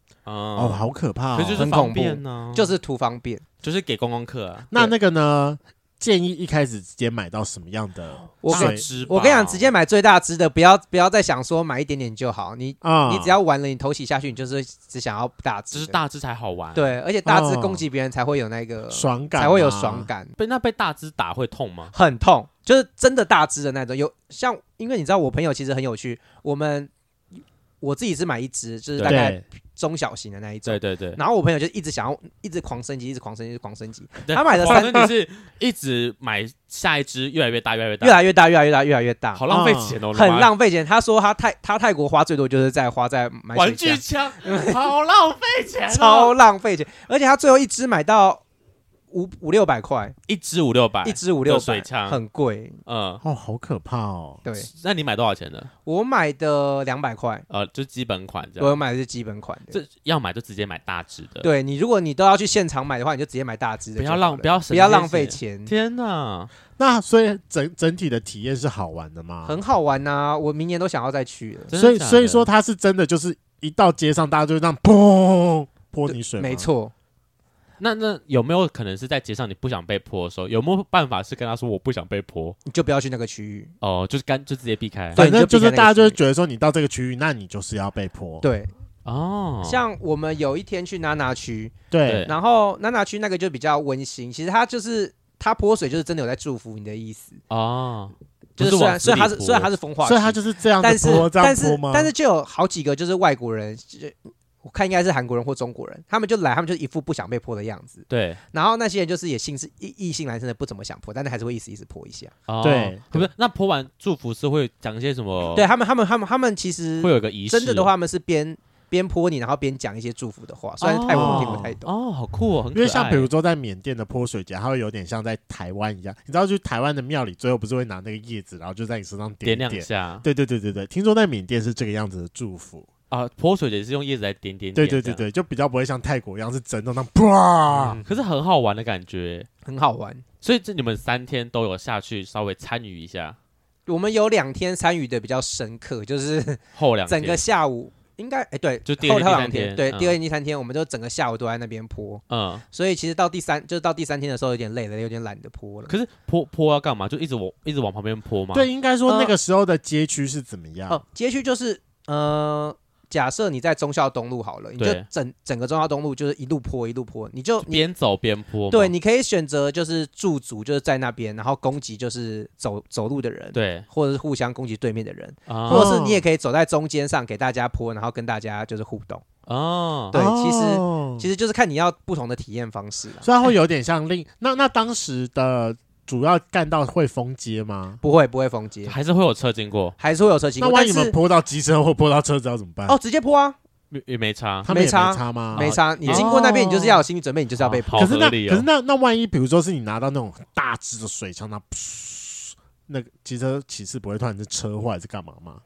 A: 哦，
B: 哦，好可怕、
A: 可是就
B: 哦！
A: 是
C: 很
A: 方
C: 恐怖
A: 便呢，
C: 就是图方便。
A: 就是给观光客啊，
B: 那那个呢？建议一开始直接买到什么样的
C: 我
B: 水
C: 跟
A: 大只吧
C: 我跟你讲，直接买最大只的，不要不要再想说买一点点就好，你
B: 啊？
C: 你只要玩了，你头洗下去，你就是只想要大只
A: 只
C: 的，
A: 是大只才好玩，，
C: 对，而且大只
B: 哦
C: 攻击别人才会有那个
B: 爽感
C: 才会有
B: 嘛
C: 爽，感，
A: 被那被大只打会痛吗？
C: 很痛，就是真的大只的那种。有像，因为你知道我朋友其实很有趣，我们我自己是买一只，就是大概
B: 对，
C: 中小型的那一种
A: 对。对对，
C: 然后我朋友就一直想要，一直狂升级，一直狂升级，一直狂
A: (laughs)
C: 升级，
A: 对
C: 他买的
A: 黄
C: 三
A: 灯你是一直买下一只，越来越大，越来越大，
C: 越来越大，越来越大，越来越大，
A: 好浪费钱哦，
C: 啊
A: 我
C: 嗯很
A: 的妈呀。
C: 浪费钱。他说他泰他泰国花最多就是在花在买
A: 玩
C: 水
A: 具
C: 枪，
A: 枪， (laughs) 好浪费钱哦，
C: 超浪费钱。而且他最后一只买到五五六百块，
A: 一支五六百
C: 一，只五六
A: 哎水
C: 百
A: 枪，
C: 很贵。
A: 嗯，
B: 哦，好可怕哦！
C: 对
A: 那你买多少钱的？
C: 我买的两百块，
A: 呃，就基本款这样。
C: 我买的是基本款的。
A: 这要买就直接买大只的，，
C: 对你，如果你都要去现场买的话，你就直接买大只的
A: 不
C: 就
A: 要
C: 好了，
A: 浪，不要省，
C: 不要浪费。钱，
A: 天哪，
B: 那所以整整体的体验是好玩的吗？
C: 很好玩呐、我明年都想要再去了。
A: 真的
B: 所以
A: 假的
B: 所以说它是真的，就是一到街上大家就这样砰泼你水，
C: 没。错，
A: 那那有没有可能是在街上你不想被泼的时候，有没有办法是跟他说我不想被泼？
C: 你就不要去那个区域。
A: 哦，就是干就直接避开。
B: 反正
C: 对你就避开
B: 就是
C: 那个
B: 大家就会
C: 区域
B: 觉得说，你到这个区域，那你就是要被泼。
C: 对，
A: 哦，
C: 像我们有一天去娜娜区，
A: 对
B: 对
C: 然后娜娜区那个就比较温馨。其实它就是它泼水，就是真的有在祝福你的意思。
A: 哦，
C: 就
A: 不
C: 虽
A: 往
C: 然
A: 死
C: 虽
A: 里
C: 然它是
A: 泼
C: 虽然它是风化区，
B: 所以他就是这样
C: 但
B: 子
C: 是
B: 泼，这样
C: 但
B: 泼
C: 是
B: 吗？
C: 但是就有好几个就是外国人，就我看应该是韩国人或中国人，他们就来，他们就一副不想被泼的样子。
A: 对，
C: 然后那些人就是也性是异异性男生的不怎么想泼，但是还是会意思意思泼一下。
A: 哦
B: 对，
A: 不是那泼完祝福是会讲一些什么？
C: 对，他们，他们他们他们其实
A: 哦会有一个仪式。
C: 真的的话，他们是边边泼你，然后边讲一些祝福的话，虽然泰文我听不太懂。
A: 哦，好酷哦，很可
B: 因
A: 爱。
B: 为像比如说在缅甸的泼水节，它会有点像在台湾一样，你知道，去台湾的庙里，最后不是会拿那个叶子，然后就在你身上
A: 点
B: 一
A: 两
B: 点。
A: 下
B: 对对对对对，听说在缅甸是这个样子的祝福，
A: 啊、啊，泼水节是用叶子来点点点，
B: 对对对。对，就比较不会像泰国一样是整栋那样啪。
C: 嗯
A: 可是很好玩的感觉，
C: 很好玩。
A: 所以这你们三天都有下去稍微参与一下，
C: 我们有两天参与的比较深刻，就是
A: 后两天
C: 整个下午应该哎、对，
A: 就第二
C: 后
A: 天
C: 头
A: 第
C: 两
A: 三天
C: 对，
A: 嗯
C: 第二天、第三天，我们就整个下午都在那边泼，
A: 嗯，
C: 所以其实到第三就是到第三天的时候有点累了，有点懒得泼了。
A: 可是泼泼要干嘛？就一直往一直往旁边泼吗？
B: 对，，应该说那
C: 呃
B: 个时候的街区是怎么样？
C: 哦，街区就是呃，假设你在忠孝东路好了，你就
A: 对
C: 整整个忠孝东路就是一路泼一路泼，你就你
A: 边走边泼吗。
C: 对，你可以选择就是驻足就是在那边，然后攻击就是走走路的人，，
A: 对
C: 或者是互相攻击对面的人，
B: 哦
A: 啊
C: 或者是你也可以走在中间上给大家泼，然后跟大家就是互动。
A: 哦，
C: 对其实
B: 哦
C: 其实就是看你要不同的体验方式啦。
B: 所以它会有点像另
C: 哎
B: 那那当时的主要干道会封街吗？
C: 不会不会封街，
A: 还是会有车经过，
C: 还是会有车经
B: 那
C: 过，
B: 万
C: 但
B: 一你们
C: 是
B: 泼到机车或泼到车子要怎么办？
C: 哦，直接泼啊，
A: 也也没差。
B: 他们也
C: 没差
B: 没差吗？
C: 没差。你
B: 哦
C: 经过那边，你就是要有心理准备，你就是要被
A: 啊
C: 泼。
A: 好
B: 可是那
A: 合理哦
B: 可是那那万一比如说是你拿到那种很大支的水枪，那噗那个机车骑士不会突然是车祸还是干嘛吗？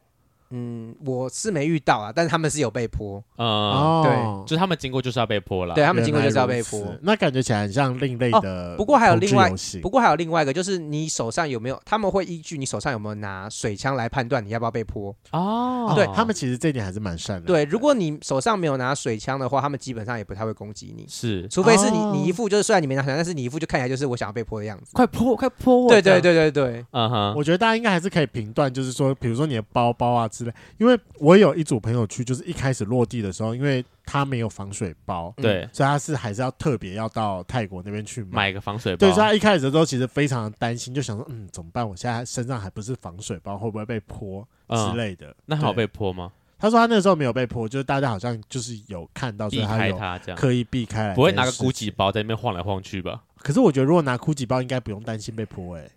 C: 嗯，我是没遇到啊，但是他们是有被泼，
A: 嗯，
B: 哦，
A: 就是他们经过就是要被泼了。
C: 对他们经过就是要
B: 啊
C: 被
B: 原来如
C: 泼
B: 此。那感觉起来很像另类的、
C: 不过还有另外不
B: 不
C: 过还有另外一个，就是你手上有没有，他们会依据你手上有没有拿水枪来判断你要不要被泼。
A: 哦，
B: 对他们其实这一点还是蛮善良的。
C: 对，如果你手上没有拿水枪的话，他们基本上也不太会攻击你，
A: 是
C: 除非是你
B: 哦
C: 你一副就是虽然你没拿水枪，但是你一副就看起来就是我想要被泼的样子。
A: 快泼快泼我！
C: 对对，对对对，
A: 嗯哼，
B: 我觉得大家应该还是可以评断，就是说，比如说你的包包啊之类，因为我有一组朋友去，就是一开始落地的时候，因为他没有防水包，
C: 嗯
A: 对，
B: 所以他是还是要特别要到泰国那边去买。
A: 买个防水包。
B: 对，所以他一开始的时候其实非常担心，就想说，嗯，怎么办？我现在身上还不是防水包，会不会被泼之
A: 嗯，
B: 类的？
A: 那还有
B: 对
A: 被泼吗？
B: 他说他那时候没有被泼，就是大家好像就是有看到，所
A: 避
B: 以
A: 开
B: 有
A: 它这样，
B: 刻意避开来。
A: 不会拿个 GUCCI。包在那边晃来晃去吧？
B: 可是我觉得如果拿 GUCCI 包，应该不用担心被泼，哎，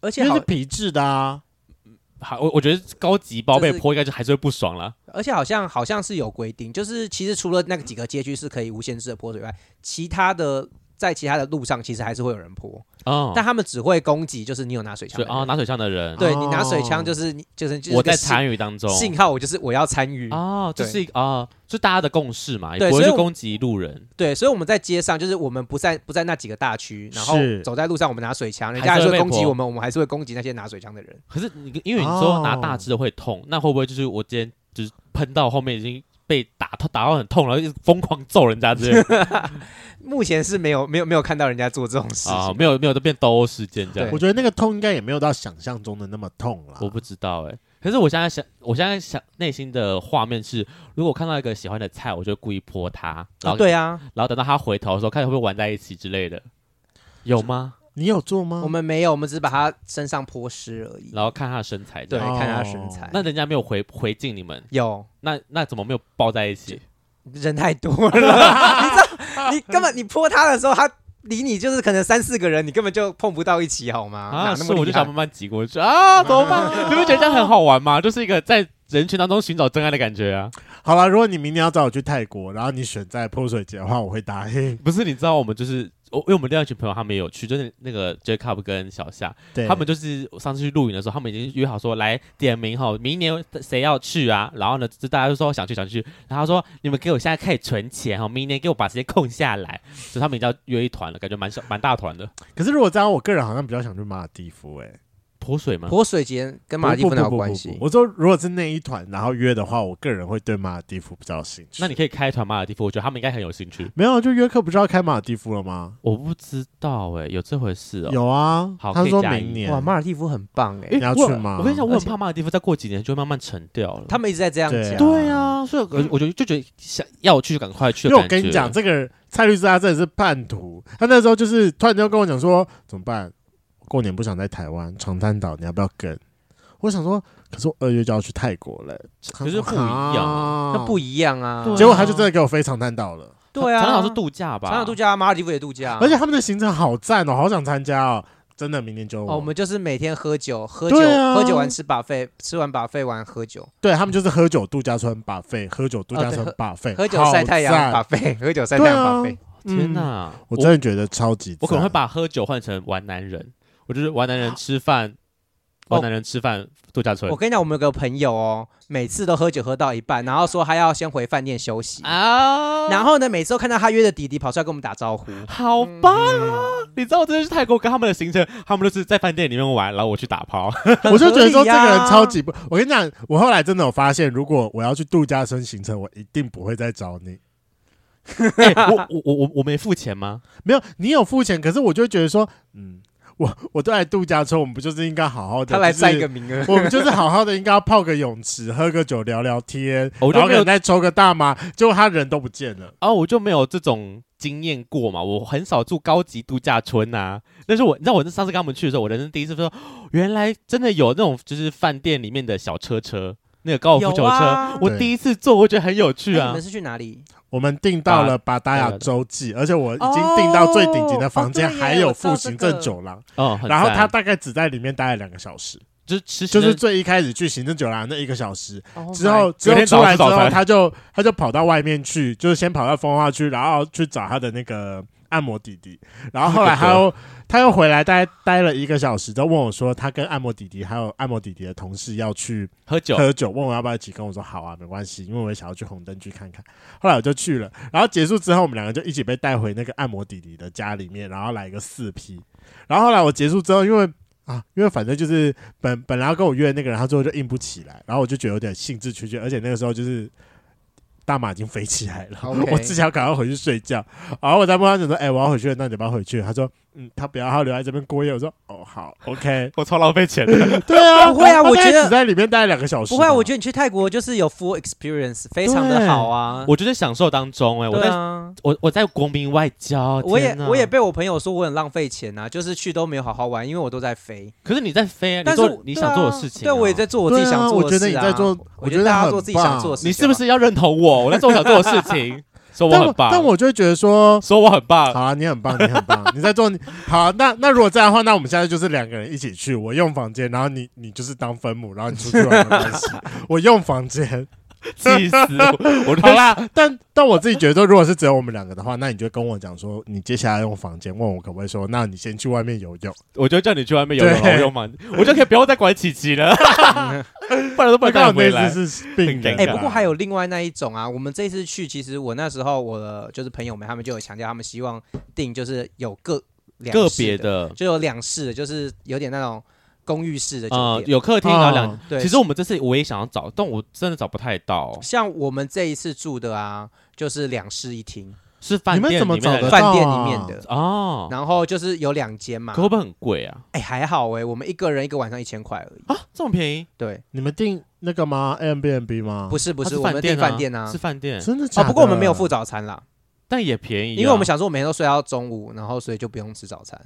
C: 而
B: 因
C: 且
B: 为
C: 好
B: 是，皮质的啊。
A: 好，我我觉得高级包被
C: 就是
A: 泼应该就还是会不爽啦。
C: 而且好像好像是有规定，就是其实除了那个几个街区是可以无限制的泼水以外，其他的在其他的路上其实还是会有人泼，
A: 哦，
C: 但他们只会攻击就是你哦有拿水枪
A: 所
C: 的
A: 以
C: 人。
A: 啊，拿水枪的人，
C: 对你拿水
B: 哦
C: 枪就是你就是就是
A: 我
C: 个
A: 在
C: 信
A: 参与当中。
C: 信号，我就是我要参与。
A: 哦，这
C: 对
A: 是一个啊，就大家的共识嘛，也
C: 对
A: 不会
C: 所以
A: 去
C: 我
A: 攻击路人，
C: 对，所以我们在街上就是我们不在不在那几个大区，然后
B: 是
C: 走在路上我们拿水枪，人
A: 还
C: 家还
A: 是
C: 是
A: 会
C: 会
A: 被
C: 攻击
A: 泼
C: 我们，我们还是会攻击那些拿水枪的人。
A: 可是你因为你说拿
B: 哦
A: 大只的会痛，那会不会就是我今天就是喷到后面已经被打痛打到很痛，然后一直疯狂揍人家之类的
C: 目前是没有没有没有看到人家做这种事情。
A: 啊？没有没有，都变斗殴事件这样
C: 对
B: 我。觉得那个痛应该也没有到想象中的那么痛啦。
A: 我不知道哎、可是我现在想，我现在想内心的画面是，如果我看到一个喜欢的菜，我就故意泼他，然
C: 啊，
A: 后、，
C: 对啊，
A: 然后等到他回头的时候，看会不会玩在一起之类的，有吗？
B: 你有做吗？
C: 我们没有，我们只是把他身上泼湿而已。
A: 然后看他的身材这
C: 对，
A: 样，
B: 哦
C: 看他身材。
A: 那人家没有回回敬你们，
C: 有
A: 那那怎么没有抱在一起？
C: 人太多了，你知道，你根本你泼他的时候，他离你就是可能三四个人，你根本就碰不到一起，好吗？
A: 啊，
C: 哪那
A: 是
C: 么
A: 我
C: 厉
A: 就想
C: 害
A: 慢慢挤过去啊，怎么办？你不觉得这样很好玩吗？就是一个在人群当中寻找真爱的感觉啊！
B: 好了，如果你明年要找我去泰国，然后你选在泼水节的话，我会答应。
A: 不是，你知道我们就是我，因为我们另外一群朋友他们也有去，就是那个 Jacob 跟小夏，
B: 对，
A: 他们就是我上次去露营的时候，他们已经约好说来点名哈，明年谁要去啊？然后呢，就大家就说想去想去，然后他说你们给我现在开始存钱哈，明年给我把时间空下来，所以他们已经要约一团了，感觉蛮小蛮大团的。
B: 可是如果这样，我个人好像比较想去马尔蒂夫、欸，哎，
A: 泼水吗？
C: 泼水节跟马尔蒂夫哪有关系
B: 不不不不？不我说如果是那一团，然后约的话，我个人会对马尔蒂夫比较有兴趣。
A: 那你可以开一团马尔蒂夫，我觉得他们应该很有兴趣。
B: 没有啊就约克不是要开马尔蒂夫了吗？
A: 我不知道哎、有这回事哦、
B: 有啊，
A: 好
B: 他
A: 可以
B: 说
A: 加一
B: 明年
C: 哇，马尔蒂夫很棒哎、
A: 诶
B: 你要
A: 我
B: 去吗
A: 我跟你讲，我
C: 而
A: 很
C: 且
A: 怕马尔蒂夫再过几年就会慢慢沉掉了。
C: 他们一直在这样
B: 对
C: 讲。
A: 对啊，所以我我觉得就觉得想要去就赶快去
B: 因
A: 的
B: 为
A: 感
B: 我
A: 觉。
B: 跟你讲，这个蔡律师他真的是叛徒。他那时候就是突然就跟我讲说，怎么办？过年不想在台湾长滩岛，你要不要跟？我想说，可是我二月就要去泰国了、
A: 可是不一样
B: 啊
C: 那不一样啊。
A: 对啊
B: 结果他就真的给我飞长滩岛了，
C: 对啊，
A: 长岛是度假吧？
C: 长岛度假啊，马尔代夫也度假啊，
B: 而且他们的行程好赞哦，好想参加哦，真的，明年就
C: 哦，我们就是每天喝酒，喝酒，
B: 对啊
C: 喝酒完吃把费，吃完把费完喝酒，
B: 对他们就是喝酒度假村把费，喝酒度假
C: 哦对
B: 村
C: 喝
B: 把费，
C: 喝酒晒太阳把
B: 好赞
C: 费， (laughs) 喝酒晒太阳把
B: 对
C: 费
B: 啊。
A: 天哪！
B: 我真的觉得超级
A: 啊
B: 赞，
A: 我可能会把喝酒换成玩男人，我就是玩男人吃饭、我男人吃饭度假村
C: 我跟你讲，我们有个朋友哦，每次都喝酒喝到一半，然后说他要先回饭店休息。
A: 啊
C: 然后呢，每次都看到他约的弟弟跑出来跟我们打招呼，
A: 好棒啊！你知道我这次去泰国跟他们的行程，他们都是在饭店里面玩，然后我去打炮。
B: 我就觉得说这
C: 很合理啊
B: 个人超级不，我跟你讲，我后来真的有发现，如果我要去度假村行程，我一定不会再找你。
A: (laughs) 哎我我我我我没付钱吗？
B: 没有，你有付钱，可是我就会觉得说，嗯，我我都来度假村，我们不就是应该好好的？
C: 他来
B: 就是
C: 占一个名额。
B: (laughs) 我们就是好好的，应该要泡个泳池，喝个酒，聊聊天，
A: 我就
B: 然后可
A: 没有
B: 能再抽个大麻，结果他人都不见了。
A: 啊，我就没有这种经验过嘛，我很少住高级度假村呐、但是我你知道我那上次跟他们去的时候，我人生第一次说，原来真的有那种就是饭店里面的小车车，那个高尔夫球
C: 有
A: 车，
C: 啊
A: 我第一次坐，我觉得很有趣
C: 哎你
A: 啊
C: 们。是去哪里？
B: 我们订到了巴达雅洲际，而且我已经订到最顶级的房间，
C: 啊哦哦对耶
B: 还有副
C: 我知道
B: 行
C: 这个
B: 政酒廊。
A: (laughs) 哦，很
B: 然后他
A: 赞
B: 大概只在里面待了两个小时，
A: 就是吃
B: 就
A: 行
B: 是
A: 政
B: 最一开始去行政酒廊那一个小时，
C: Oh
B: 之后
C: my-
B: 之后
A: 天
B: 出来
A: 早上
B: 之
A: 吃早
B: 后，
A: 餐
B: 他就他就跑到外面去，就是先跑到风化区，然后去找他的那个按摩弟弟，然后后来他又他又回来待待了一个小时，就问我说他跟按摩弟弟还有按摩弟弟的同事要去
A: 喝酒，
B: 喝酒，问我要不要一起跟我说好啊，没关系，因为我也想要去红灯区看看。后来我就去了，然后结束之后，我们两个就一起被带回那个按摩弟弟的家里面，然后来一个四批。然后后来我结束之后，因为啊，因为反正就是本本来要跟我约的那个人，他最后就硬不起来，然后我就觉得有点兴致缺缺，而且那个时候就是。大马已经飞起来了 (laughs)
C: OK
B: 我只想赶快回去睡觉。然后我在问他讲说：“哎、我要回去了，那你要不要回去？”他说：“嗯，他不要，他要留在这边过夜。”我说：“哦，好，OK。
A: (laughs) 我超浪费钱的。”
B: 对啊，
C: (laughs) 不会啊
B: 他
C: 我
B: 大概
C: 觉得
B: 只在里面待了两个小时吧。
C: 不会啊，我觉得你去泰国就是有 full experience，非常的好啊。
A: (laughs) 我就在享受当中哎、我
C: 对
A: 在、
C: 啊，
A: 我我在国民外交，
C: 我也
A: 哦天哪
C: 我也，被我朋友说我很浪费钱啊，就是去都没有好好玩，因为我都在飞。
A: 可是你在飞、啊，你
C: 但是
A: 做
C: 我
A: 你
C: 对
A: 想
C: 啊
A: 做的事情、
C: 对我也。在做我自己想
B: 对
C: 做的
B: 啊我觉
C: 事
B: 得你在做
C: 我
B: 我觉得
C: 大家
B: 很
C: 做自己想做的事。啊
A: 你是不？是要认同我？我在做我想做的事情，说我
B: 但
A: 很棒，
B: 但我就会觉得说，
A: 说我很棒
B: 好，啊，你很棒，你很
C: (laughs)
B: 棒，你在做你好啊、那那如果这样的话，那我们现在就是两个人一起去，我用房间，然后你你就是当分母，然后你出去玩没
C: (laughs)
B: 关系，我用房间。
A: 气死我！我都
B: 好啦，但但我自己觉得说，如果是只有我们两个的话，那你就跟我讲说，你接下来用房间，问我可不可以说，那你先去外面游泳。
A: 我就叫你去外面游泳，
B: 对
A: 好用吗？我就可以不用再管琪琪了，不然都不能
B: 刚
A: 带
B: 好
A: 回
B: 那
A: 来。
B: 次是病人，啊
A: 很尴尬
C: 哎、不过还有另外那一种啊，我们这次去，其实我那时候我的就是朋友们，他们就有强调，他们希望订就是有个两
A: 个
C: 室
A: 别
C: 的，
A: 的，
C: 就有两室的，就是有点那种公寓式的酒
A: 嗯，
C: 店。
A: 有客厅，然后两
B: 哦。
C: 对，
A: 其实我们这次我也想要找，但我真的找不太到，
C: 像我们这一次住的啊，就是两室一厅，
A: 是饭
B: 你们
A: 店
B: 怎么
A: 里面
B: 找得啊
A: 的
C: 饭店里面的，
A: 哦？
C: 然后就是有两间嘛
A: 可。会不会很贵啊？
C: 哎、还好哎、我们一个人一个晚上一千块而已。
A: 啊，这么便宜？
C: 对，
B: 你们订那个吗？Airbnb 吗？
C: 不是不
A: 它
C: 是，
A: 哦是
C: 我们订饭
A: 饭
C: 店啊
A: 是。啊饭店，
B: 真的假
C: 哦，
B: 的？
C: 不过我们没有付早餐啦，
A: 但也便宜啊，
C: 因为我们想说，我每天都睡到中午，然后所以就不用吃早餐。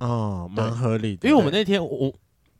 B: 哦，
C: 对
B: 蛮合理的，
A: 因为我们那天我，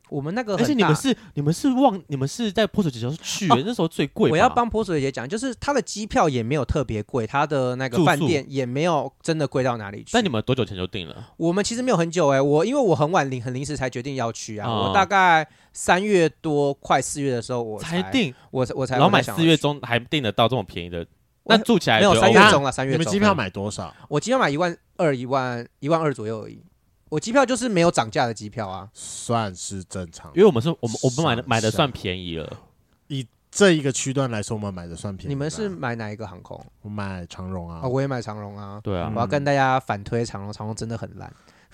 C: 我们那个
A: 我
C: 很大，
A: 而且你们是你们是忘你们是在泼水节时候去
C: 哦，
A: 那时候最贵吧。
C: 我要帮泼水节讲，就是它的机票也没有特别贵，它的那个
A: 住宿
C: 饭店也没有真的贵到哪里去。
A: 但你们多久前就定了？
C: 我们其实没有很久哎、我因为我很晚临很临时才决定要去啊，
A: 哦
C: 我大概三月多快四月的时候我
A: 才，定，
C: 我才我才
A: 然后买
C: 我才想要
A: 四月
C: 去
A: 中还订得到这么便宜的，哦
C: 我
A: 那住起来
C: 没有
A: 觉得
C: 三
A: OK
C: 月中了，三月
B: 你
C: 中
B: 们机票，买多少？
C: 我机票买一万二一万一万二左右而已，我机票就是没有涨价的机票啊。
B: 算是正常
A: 因。为我们是我们我们买的
B: 上
A: 买的
B: 下
A: 算便宜了，
B: 这一个区段来说，我们买的算便宜吧。
C: 你们是
A: 啊
C: 买哪一个航空
B: 我买长荣啊
C: 啊？，我也买长荣啊。
A: 对啊
C: 我，要
B: 嗯
C: 跟大家反推长荣，长荣真的很烂。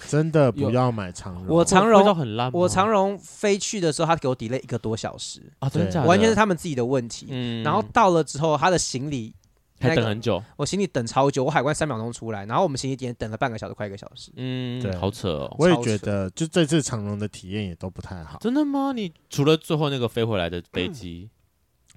B: 真的不要买长荣。
C: 我长荣
A: 味道很烂吗，
C: 我长荣飞去的时候，他给我 delay 一个多小时，
A: 啊，真的
B: 对
A: 假的？
C: 完全是他们自己的问题。
A: 嗯
C: 然后到了之后，他的行李，
A: 还
C: 那
A: 等
C: 个
A: 很久，
C: 我行李等超久，我海关三秒钟出来，然后我们行李点等了半个小时，快一个小时。
A: 嗯
B: 对，
A: 好扯哦。
B: 我也觉得，就这次长荣的体验也都不太好。
A: 真的吗？你除了最后那个飞回来的飞机，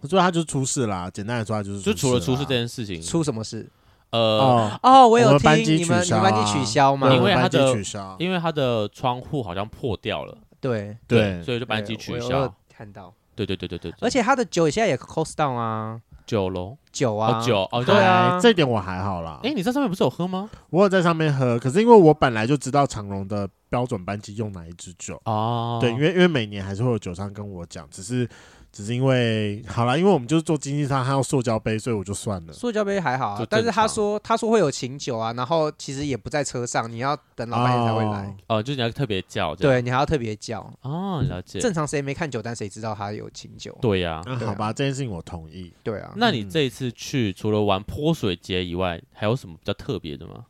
B: 我觉得他就是出事啦，简单来说，他就是
A: 就除了出事
B: 啦
A: 这件事情，
C: 啊出什么事？
A: 呃，
B: 哦，
C: 哦，我
B: 我
C: 有
B: 们
C: 听
B: 班机
C: 你
B: 取
C: 们你
B: 消
C: 们
B: 啊
C: 班机取消嘛
B: 对？
A: 因为
B: 我
A: 他
B: 们班机
A: 的
B: 取消，
A: 因为它的窗户好像破掉了，
C: 对，
B: 对
A: 所以就班机
C: 对
A: 取
C: 我有
A: 消。
C: 看到，
A: 对对对对对，对
C: 而且他的酒现在也 cost down 啊，
A: 酒楼
C: 酒啊
A: 哦，酒哦
C: 对
A: 对。
C: 啊
B: 哎这点我还好啦。
A: 哎，你在上面不是有喝吗？
B: 我有在上面喝，可是因为我本来就知道长荣的标准班机用哪一支酒，
A: 哦，
B: 对，因为因为每年还是会有酒商跟我讲，只是只是因为好了，因为我们就是做经济舱，还有塑胶杯，所以我就算了。
C: 塑胶杯还好、
A: 就正，
C: 啊但是他
A: 常
C: 说他说会有请酒啊，然后其实也不在车上，你要等老板娘才会来，
B: 哦
A: 哦，就是你要特别叫这样，
C: 对你还要特别叫。
A: 哦，了解，
C: 正常谁没看酒单，谁知道他有请酒？
A: 对呀、
B: 那
C: 对啊
B: 好吧，这件事情我同意。
C: 对啊，
A: 那你这一次去除了玩泼水节以外，还有什么比较特别的吗？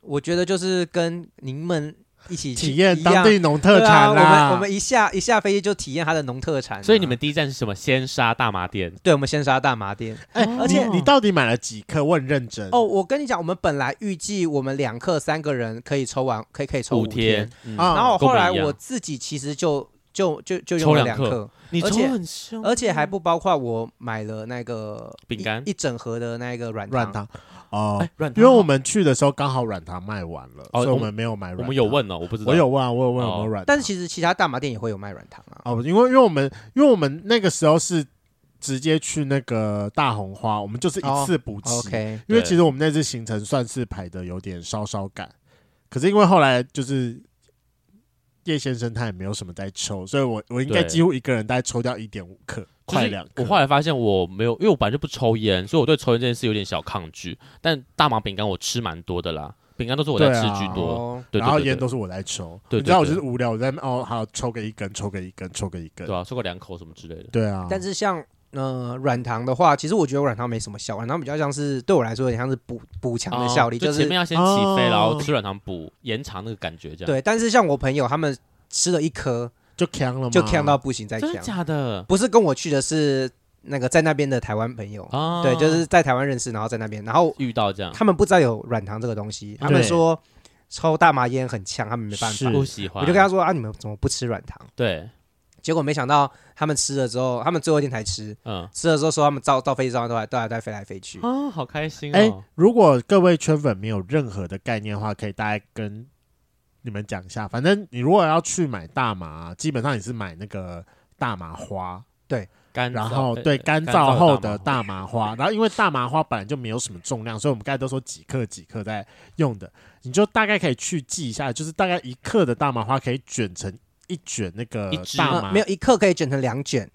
C: 我觉得就是跟您们一起去
B: 体验
C: 一样
B: 当地农特产
C: 对
B: 啦。
C: 啊我们我们一下一下飞机就体验它的农特产啊、
A: 所以你们第一站是什么？先杀大麻店，
C: 对我们先杀大麻店
B: 哎，
A: 哦
B: 而且你到底买了几克？我很认真
C: 哦。我跟你讲，我们本来预计我们两克三个人可以抽完，可以可以抽
A: 五
C: 天
A: 天，，嗯
B: 啊
C: 然后
A: 跟我
C: 后
A: 们
C: 来
A: 一样
C: 我自己其实就就就就用了
A: 抽两克
C: 克，
A: 你
C: 而
A: 抽
C: 且
A: 很
B: 哦
A: 凶，
C: 而且还不包括我买了那个
A: 饼干
C: 一一整盒的那个软
B: 软
C: 糖。
B: 糖哦
A: 哎，软糖
B: 因为我们去的时候刚好软糖卖完了，
A: 哦
B: 所以
A: 我
B: 我
A: 们
B: 们没有买软
A: 我
B: 糖。
A: 们有，问哦，我不知道，
B: 我有问啊，我有问有没
A: 哦
B: 有软糖。
C: 但是其实其他大麻店也会有卖软糖啊。
B: 哦，因为因为我们因为我们那个时候是直接去那个大红花，我们就是一次补齐。
C: 哦 OK，
B: 因为
A: 对
B: 其实我们那次行程算是排的有点稍稍赶，可是因为后来就是叶先生他也没有什么在抽，所以我我应该
A: 对
B: 几乎一个人大概抽掉一点五克，
A: 就
B: 快
A: 是
B: 两克。
A: 我后来发现我没有，因为我本来就不抽烟，所以我对抽烟这件事有点小抗拒。但大麻饼干我吃蛮多的啦，饼干都是我在
B: 对
A: 吃
B: 啊
A: 居多。
C: 哦，
A: 对对
B: 然后
A: 对
B: 烟
A: 对
B: 都是我在抽，
A: 对对
B: 你知道我
A: 对
B: 就是无聊，我在那边哦，好抽个一根，抽个一根，抽个一根
A: 对，啊，抽个两口什么之类的。
B: 对啊。
C: 但是像呃软糖的话，其实我觉得软糖没什么效，软糖比较像是对我来说有点像是补补强的效
A: 哦
C: 力，
A: 就
C: 就是
A: 前面要先起飞，
B: 哦
A: 然后吃软糖补延长那个感觉，这样。，
C: 对。但是像我朋友他们吃了一颗
B: 就呛了吗？
C: 就呛到不行再
A: 真的
C: 呛，
A: 假的
C: 不是跟我去的是那个在那边的台湾朋友，
A: 啊？
C: 对，就是在台湾认识，然后在那边，然后
A: 遇到这样，
C: 他们不知道有软糖这个东西，他们
B: 对
C: 说抽大麻烟很呛，他们没办法
B: 是。
A: 不喜欢。
C: 我就跟他说啊，你们怎么不吃软糖？
A: 对，
C: 结果没想到他们吃了之后，他们最后一天才吃，
A: 嗯，
C: 吃了之后说他们照到飞机上都还都还在飞来飞去。
A: 啊，好开心
B: 哎
A: 哦。，
B: 如果各位圈粉没有任何的概念的话，可以大概跟你们讲一下。反正你如果要去买大麻，啊基本上你是买那个大麻花，
A: 干燥，
B: 然后
A: 哎
B: 对干燥后的
A: 大麻
B: 大麻花，然后因为大麻花本来就没有什么重量，所以我们刚才都说几克几克在用的，你就大概可以去记一下，就是大概一克的大麻花可以卷成一卷那个
A: 一支
B: 大
C: 呃
B: 麻，
C: 没有一克可以卷成两卷，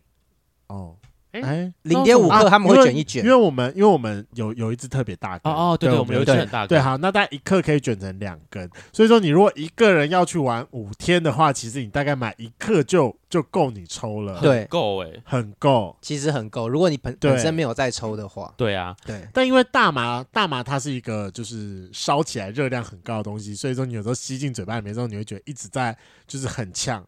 B: 哦，
A: 哎
B: 哎，
C: 零点五
A: 啊
C: 克他们会
B: 因为
C: 卷一卷
B: 因为。我们因为我们有有一只特别大根
A: 哦哦，对
B: 对，
A: 我们有一
B: 对
A: 支很大根，
B: 对，好，那大概一克可以卷成两根，所以说你如果一个人要去玩五天的话，其实你大概买一克就就够你抽了，
C: 对
A: 够哎，
B: 很够。
C: 其实很够，如果你本
B: 对
C: 本身没有在抽的话，
A: 对啊，
C: 对，
B: 但因为大麻，大麻它是一个就是烧起来热量很高的东西，所以说你有时候吸进嘴巴里面之后，你会觉得一直在就是很呛。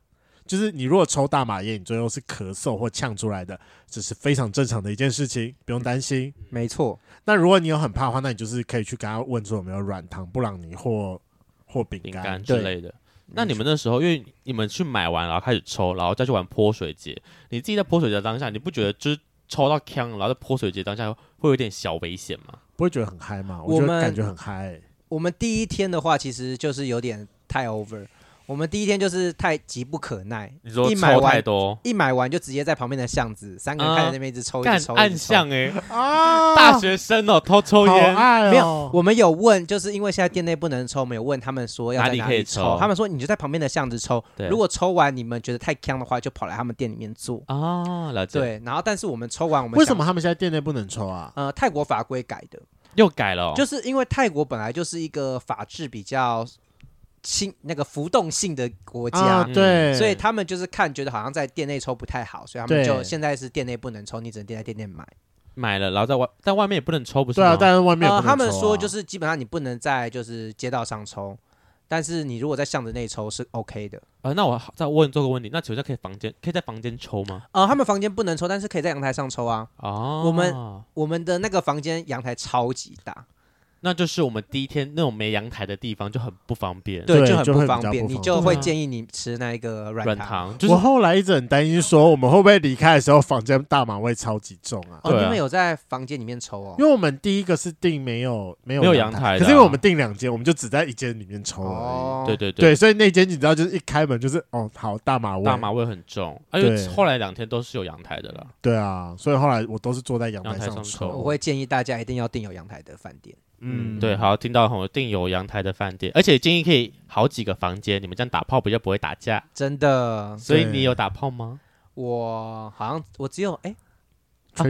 B: 就是你如果抽大麻烟，你最后是咳嗽或呛出来的，这是非常正常的一件事情，不用担心。
A: 嗯
C: 没错，
B: 那如果你有很怕的话，那你就是可以去跟他问说有没有软糖、布朗尼或或饼
A: 饼
B: 干
A: 干。之
C: 对
A: 类的。那你们那时候，因为你们去买完，然后开始抽，然后再去玩泼水节，你自己在泼水节当下，你不觉得就是抽到枪，然后在泼水节当下会有点小危险吗？
B: 不会觉得很嗨吗？
C: 我
B: 觉
C: 们
B: 得感觉很嗨、欸
C: 我们第一天的话，其实就是有点太 over。我们第一天就是太急不可耐，
A: 你说
C: 一买
A: 抽
C: 完
A: 太多，
C: 一买完就直接在旁边的巷子，三个人
A: 啊
C: 看着那边一直抽，一
A: 干
C: 直抽，一
A: 暗
C: 直抽。
A: 巷哎、
C: (laughs)
B: 啊
A: 大学生哦，偷抽
B: 好
A: 烟，
B: 爱
C: 没
B: 哦。
C: (laughs) 我们有问，就是因为现在店内不能抽，我们有问他们说要在
A: 哪里
C: 哪
A: 可以
C: 里
A: 抽
C: 他们说你就在旁边的巷子抽。
A: 对
C: 如果抽完你们觉得太呛的话，就跑来他们店里面坐。
A: 啊，了解，，
C: 对，然后但是我们抽完，我们
B: 为什
C: 想
B: 么？他们现在店内不能抽啊？
C: 呃，泰国法规改的，
A: 又改了、哦，
C: 就是因为泰国本来就是一个法治比较轻、那个浮动性的国
B: 啊
C: 家，嗯
B: 对，
C: 所以他们就是看觉得好像在店内抽不太好，所以他们
B: 对
C: 就现在是店内不能抽，你只能在店内买。
A: 买了，然后在外，但外面也不能抽，不是
B: 对啊
A: 吗，
B: 但是外面也
C: 呃，
B: 不能
C: 他们
B: 抽啊
C: 说就是基本上你不能在就是街道上抽，但是你如果在巷子内抽是 OK 的。
A: 啊，那我好再问这个问题，那请问一下可以房间可以在房间抽吗？
C: 呃，他们房间不能抽，但是可以在阳台上抽啊。
A: 哦，
C: 我们我们的那个房间阳台超级大，
A: 那就是我们第一天那种没阳台的地方就很不方便，
B: 对
C: 就很
B: 就会比较
C: 方便，
B: 不
C: 你
B: 方
C: 就
A: 便
C: 会
A: 对啊
C: 建议你吃那个软
A: 软
C: 糖。
A: 糖就
B: 我
A: 是
B: 后来一直很担心，说我们会不会离开的时候，房间大麻味超级重啊？
C: 哦，
A: 对啊
C: 你们有在房间里面抽哦？
B: 因为我们第一个是订没有没有
A: 没有阳台
B: 台，
A: 的啊
B: 可是因为我们订两间，我们就只在一间里面抽而已。
C: 哦，
A: 对对对
B: 对，所以那间你知道，就是一开门就是哦，好大麻味，
A: 大麻味很重，而且
B: 对
A: 后来两天都是有阳台的了。
B: 对啊，所以后来我都是坐在阳台
A: 阳台上抽
C: 我
B: 抽。
C: 会建议大家一定要订有阳台的饭店。
A: 嗯，
B: 嗯
A: 对，好，听到吼，定有阳台的饭店，而且建议可以好几个房间，你们这样打炮比较不会打架。
C: 真的，
A: 所以
B: 对
A: 你有打炮吗？
C: 我好像我只有哎，
A: 啊
B: 吹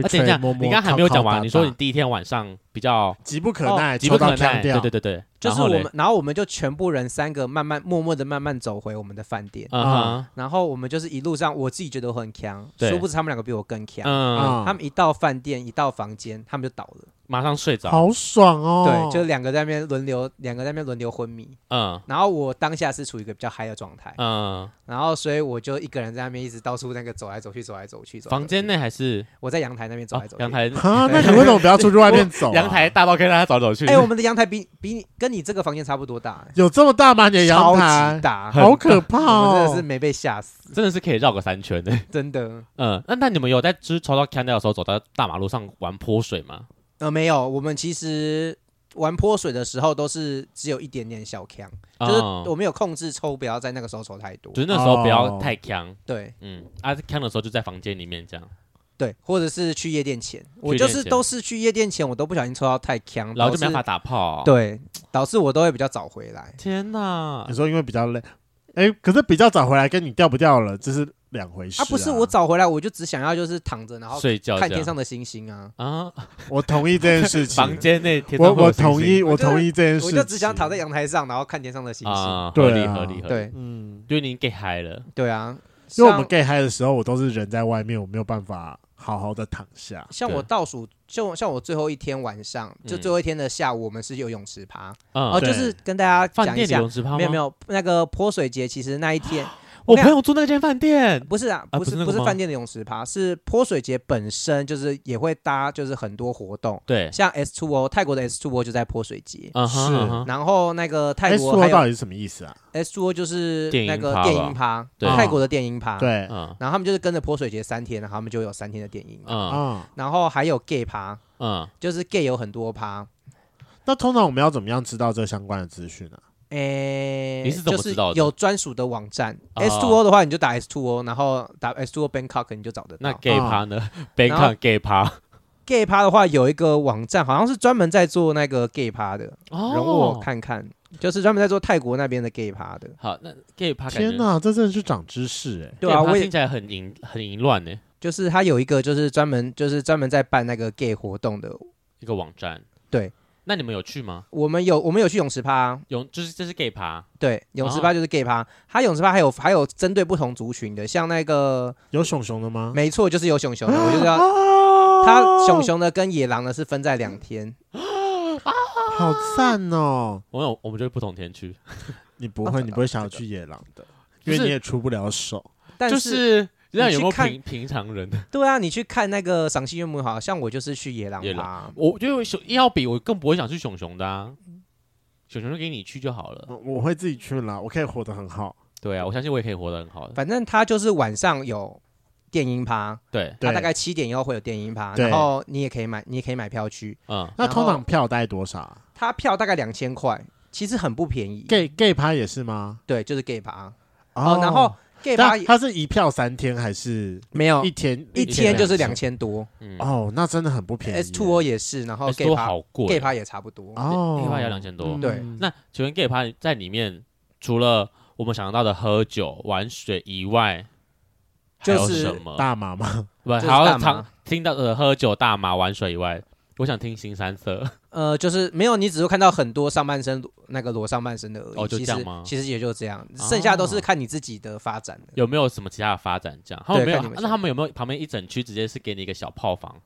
A: 啊等一下
B: 吹摸摸，
A: 你刚刚还没有讲
B: 靠靠打
A: 完，
B: 打
A: 你说你第一天晚上比较
B: 急不可
C: 哦
B: 耐，
A: 急
B: 抽
A: 不
B: 到
A: 可
B: 腔
A: 耐，对
B: 调
A: 对对对，
C: 就
A: 然
C: 是
A: 后
C: 我
A: 嘞
C: 们，，然后我们就全部人三个慢慢默默的慢慢走回我们的饭店，
A: 嗯
B: 啊
A: 哼，
C: 然后我们就是一路上我自己觉得我很强，
A: 对
C: 殊不知他们两个比我更强。
A: 嗯，
B: 啊
C: 他们一到饭店，一到房间，他们就倒了。
A: 马上睡着，
B: 好爽哦，
C: 对，就是两个在那边轮流，两个在那边轮流昏迷。
A: 嗯
C: 然后我当下是处于一个比较嗨的状态，
A: 嗯，
C: 然后所以我就一个人在那边一直到处那个走来走去，走来走去。走来走去
A: 房间内还是
C: 我在阳台那边走
A: 哦
C: 来走去。
A: 阳。台
B: 啊，那你为什么不要出去外面走啊？
A: 阳台大道可以让他走来走去，
C: 哎、我们的阳台比比你跟你这个房间差不多大、
B: 有这么大吗？你的
C: 欸，
B: 阳
C: 超
B: 台
C: 级大，
B: 好可怕
C: 我们真的是
B: 哦！
C: 没被吓死，
A: 真的是可以绕个三圈的。
C: 真的。
A: 嗯，那那你们有在就是抽到 c a n d 的时候走到大马路上玩泼水吗？
C: 呃，没有，我们其实玩泼水的时候都是只有一点点小强，就是
A: 嗯
C: 我们有控制抽，不要在那个时候抽太多
A: 就。是那时候不
B: 哦
A: 要太强，
C: 对
A: 嗯，啊，强的时候就在房间里面这样，
C: 哦对，或者是去夜店前，我就是
A: 前
C: 都是去夜店前，我都不小心抽到太强，
A: 然后就
C: 导
A: 没
C: 致
A: 办法打炮。，
C: 对，导致我都会比较早回来。
A: 天哪
B: 你，说因为比较累，哎，可是比较早回来跟你掉不掉了，这是两回事
C: 啊，不是我早回来，我就只想要就是躺着，然后
A: 睡觉
C: 看
A: 这
C: 天
A: 样
C: 上的星星啊，
A: 啊，
B: 我同意这件事
A: (laughs) 房
B: 情，
A: 间内天
B: 我
A: 上会
B: 我
A: 有星星
B: 同意，我
C: 我觉得
B: 同意这件事
C: 我
B: 情，
C: 就只想躺在阳台上，然后看天上的星星。
A: 啊，合
B: 对
A: 理
B: 啊
A: 合理合理，，
C: 对
B: 嗯，
A: 因为你给嗨了，
C: 对啊，
B: 因为我
C: 像
B: 们 gay 嗨的时候，我都是人在外面，我没有办法好好的躺下。
C: 像我
A: 对
C: 倒数，就像我最后一天晚上，就
A: 嗯
C: 最后一天的下午，我们是有泳池趴，哦，
A: 嗯，
B: 对
C: 就是跟大家
A: 饭
C: 讲一
A: 店里
C: 下
A: 泳，池趴吗
C: 没有没，有，那个泼水节其实那一天
A: 我
C: 我跟
A: 朋
C: 你讲
A: 友住那间饭店，
C: 不是啊，
A: 啊
C: 不
A: 不
C: 是
A: 是那个
C: 不是
A: 吗
C: 饭店的泳池趴，是泼水节本身就是也会搭就是很多活动，
A: 对，
C: 像 S Two O 泰国的 S Two O 就在泼水节，
A: 嗯
B: 是
A: 哼嗯哼，
C: 然后那个泰
B: S
C: 国
B: O
C: 还
B: 到
C: 有
B: 底是什么意思啊？
C: S Two O 就是
A: 电音
C: 那个
A: 趴吧
C: 电音趴，
A: 对
C: 泰国的电音趴，
B: 对，
A: 嗯
C: 然后他们就是跟着泼水节三天，然后他们就有三天的电音嘛，
A: 嗯
B: 啊，
C: 然后还有 gay 趴，
A: 嗯，
C: 就是 gay 有很多趴，
B: 那通常我们要怎么样知道这相关的资讯呢？啊
C: 诶，
A: 你是怎么知道的
C: 就是有专属的网站
A: 哦
C: ，S Two O 的话，你就打 S Two O，然后打 S Two O Bangkok，你就找得
A: 那
C: 到。
A: gay 趴
C: 哦
A: 呢？Bangkok gay 趴，
C: gay 趴的话，有一个网站，好像是专门在做那个 gay 趴的，
A: 哦
C: 容我看看，就是专门在做泰国那边的 gay 趴的。
A: 好，那 gay 趴，
B: 天
A: 哪，
B: 哪，这真的是长知识哎！
C: 对啊，我也
A: 听起来很淫很淫乱呢，
C: 就是他有一个就是专门就是专门在办那个 gay 活动的。
A: 一个网站，
C: 对，
A: 那你们有去吗？
C: 我们有我们有去泳池趴啊，
A: 有，就是这是 gay 趴，
C: 对，泳池
A: 哦
C: 趴就是 gay 趴，他泳池趴还有还有针对不同族群的，像那个
B: 有熊熊的吗？
C: 没错就是有
A: (gasps)
C: 熊熊的，我就要
A: 哦
C: 他熊熊的跟野狼的是分在两天，啊
B: 好赞哦！
A: 我有，我们就不同天去，
B: 你不
C: 啊
B: 会，你不会想要
C: 这个
B: 去野狼的，
A: 不
B: 因
A: 是
B: 为你也出不了手。
C: 但。
A: 就是是那有没有
C: 你去看
A: 平平常人？
C: 对啊，你去看那个赏析岳母，好像我就是去野狼
A: 野
C: 趴，
A: (laughs) 我觉得熊硬要比我更不会想去熊熊的啊，熊熊就给你去就好了。
B: 我我会自己去啦，我可以活得很好。
A: 对啊，我相信我也可以活得很好的。
C: 反正他就是晚上有电音趴，
A: 对，
B: 对
C: 他大概七点以后会有电音趴，
B: 对
C: 然后你也可以买，你也可以买票去。
A: 嗯，
B: 那
C: 然后
B: 通常票大概多少啊
C: 他票大概两千块，其实很不便宜。
B: ？gay gay 趴也是吗？
C: 对，就是 gay 趴嗯哦，然后 gay 趴
B: 但
C: 也
B: 它是一票三天还是
C: 没有
B: 一天？
C: 一天就是两
B: 千
C: 千多
A: 嗯
B: 哦，那真的很不便宜耶。
C: ，S Two 哦 O 也是，然后
A: S
C: gay
A: 多
C: 趴
A: 好贵
C: gay 趴也差不多。
B: 哦
A: ，gay 趴也要两千多。嗯
C: 对
A: 那请问 gay 趴在里面除了我们想到的喝酒、玩水以外，还有
C: 就是
A: 什么？
B: 大麻吗？ (laughs)
A: 不，
C: 是
A: 还
C: 大
A: 要
C: 麻
A: 常听到的喝酒、大麻、玩水以外，我想听新三色。
C: 呃，就是没有，你只会看到很多上半身裸那个裸上半身的而已。
A: 哦就
C: 其
A: 这样
C: 实
A: 吗哦
C: 其实也就这样，剩下都是看你自己的发展的。
A: 有没有什么其他的发展？这样，他们
C: 对
A: 没有啊
C: 看你，们
A: 那他们有没有旁边一整区直接是给你一个小炮房？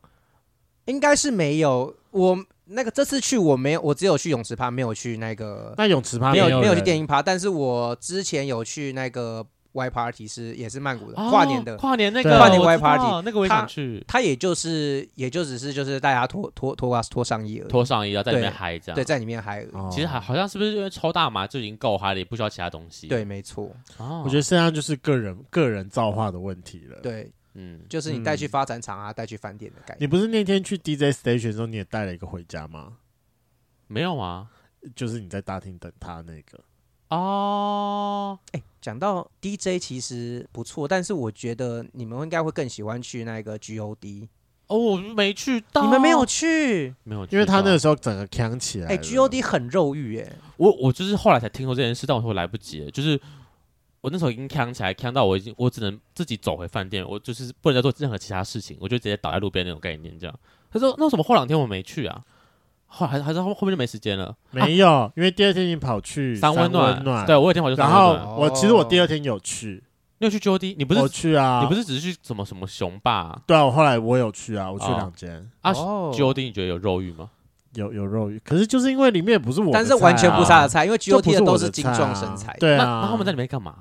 C: 应该是没有，我那个这次去我没有，我只有去泳池趴，没有去那个
B: 那泳池趴
C: 没有没有去电
B: 影
C: 音趴，但是我之前有去那个 Y Party 是也是曼谷的、
A: 哦
C: 跨年的，
A: 跨年那
B: 对
A: 个
B: 跨年
A: 我
C: Y
A: 知道
C: party，
A: 那个我也
C: 他
A: 想去。
C: 它也就是也就只是就是大家脱脱脱袜脱上衣而已，
A: 脱上衣，然后在里面
C: 对
A: 嗨这样。
C: 对，在里面嗨而已。
B: 哦
A: 其实还好像是不是因为抽大麻就已经够嗨了，也不需要其他东西。
C: 对，没错，
A: 哦，
B: 我觉得剩下就是个人个人造化的问题了。，
C: 对，
A: 嗯，
C: 就是你带去发展场啊，带去饭店的概
B: 你
C: 念。
B: 不是那天去 DJ station 的时候，你也带了一个回家吗？
A: 没有啊，
B: 就是你在大厅等他那个，
A: 哦，
C: 讲到 DJ 其实不错，但是我觉得你们应该会更喜欢去那个 GOD，
A: 哦，我没去到，
C: 你们没有去？
A: 没有去到，
B: 因为
C: 啊
B: 他那个时候整个扛起来了。
C: 哎，GOD 很肉欲哎，
A: 我我就是后来才听说这件事，但我说我来不及了，就是。我那时候已经呛起来，呛到我已经我只能自己走回饭店，我就是不能再做任何其他事情，我就直接倒在路边那种概念这样。他说那为什么后两天我没去啊？后来还还是后后面就没时间了。
B: 没有，因为第二天你跑去
A: 三温
B: 嗯温
A: 暖，
B: 暖，
A: 对我有一天我就三
B: 然
A: 温暖。
B: 后我其实
C: 哦
B: 我第二天有去，
A: 你有去 JOD？你不是、
B: 我去啊，
A: 你不是只是去什么什么熊霸啊
B: 对啊，我后来我有去啊，我去
A: 哦
B: 两间，
A: 啊
C: 哦
A: JOD 你觉得有肉欲吗？
B: 有有肉欲，可是就是因为里面也不是我的菜啊，
C: 但是完全不是他的菜，因为
B: 就不
C: GOT 的
B: 我
C: 都
B: 的
C: 是精
B: 菜啊
C: 壮身材。，
B: 对
A: 那
B: 啊，
A: 那他们在里面干嘛？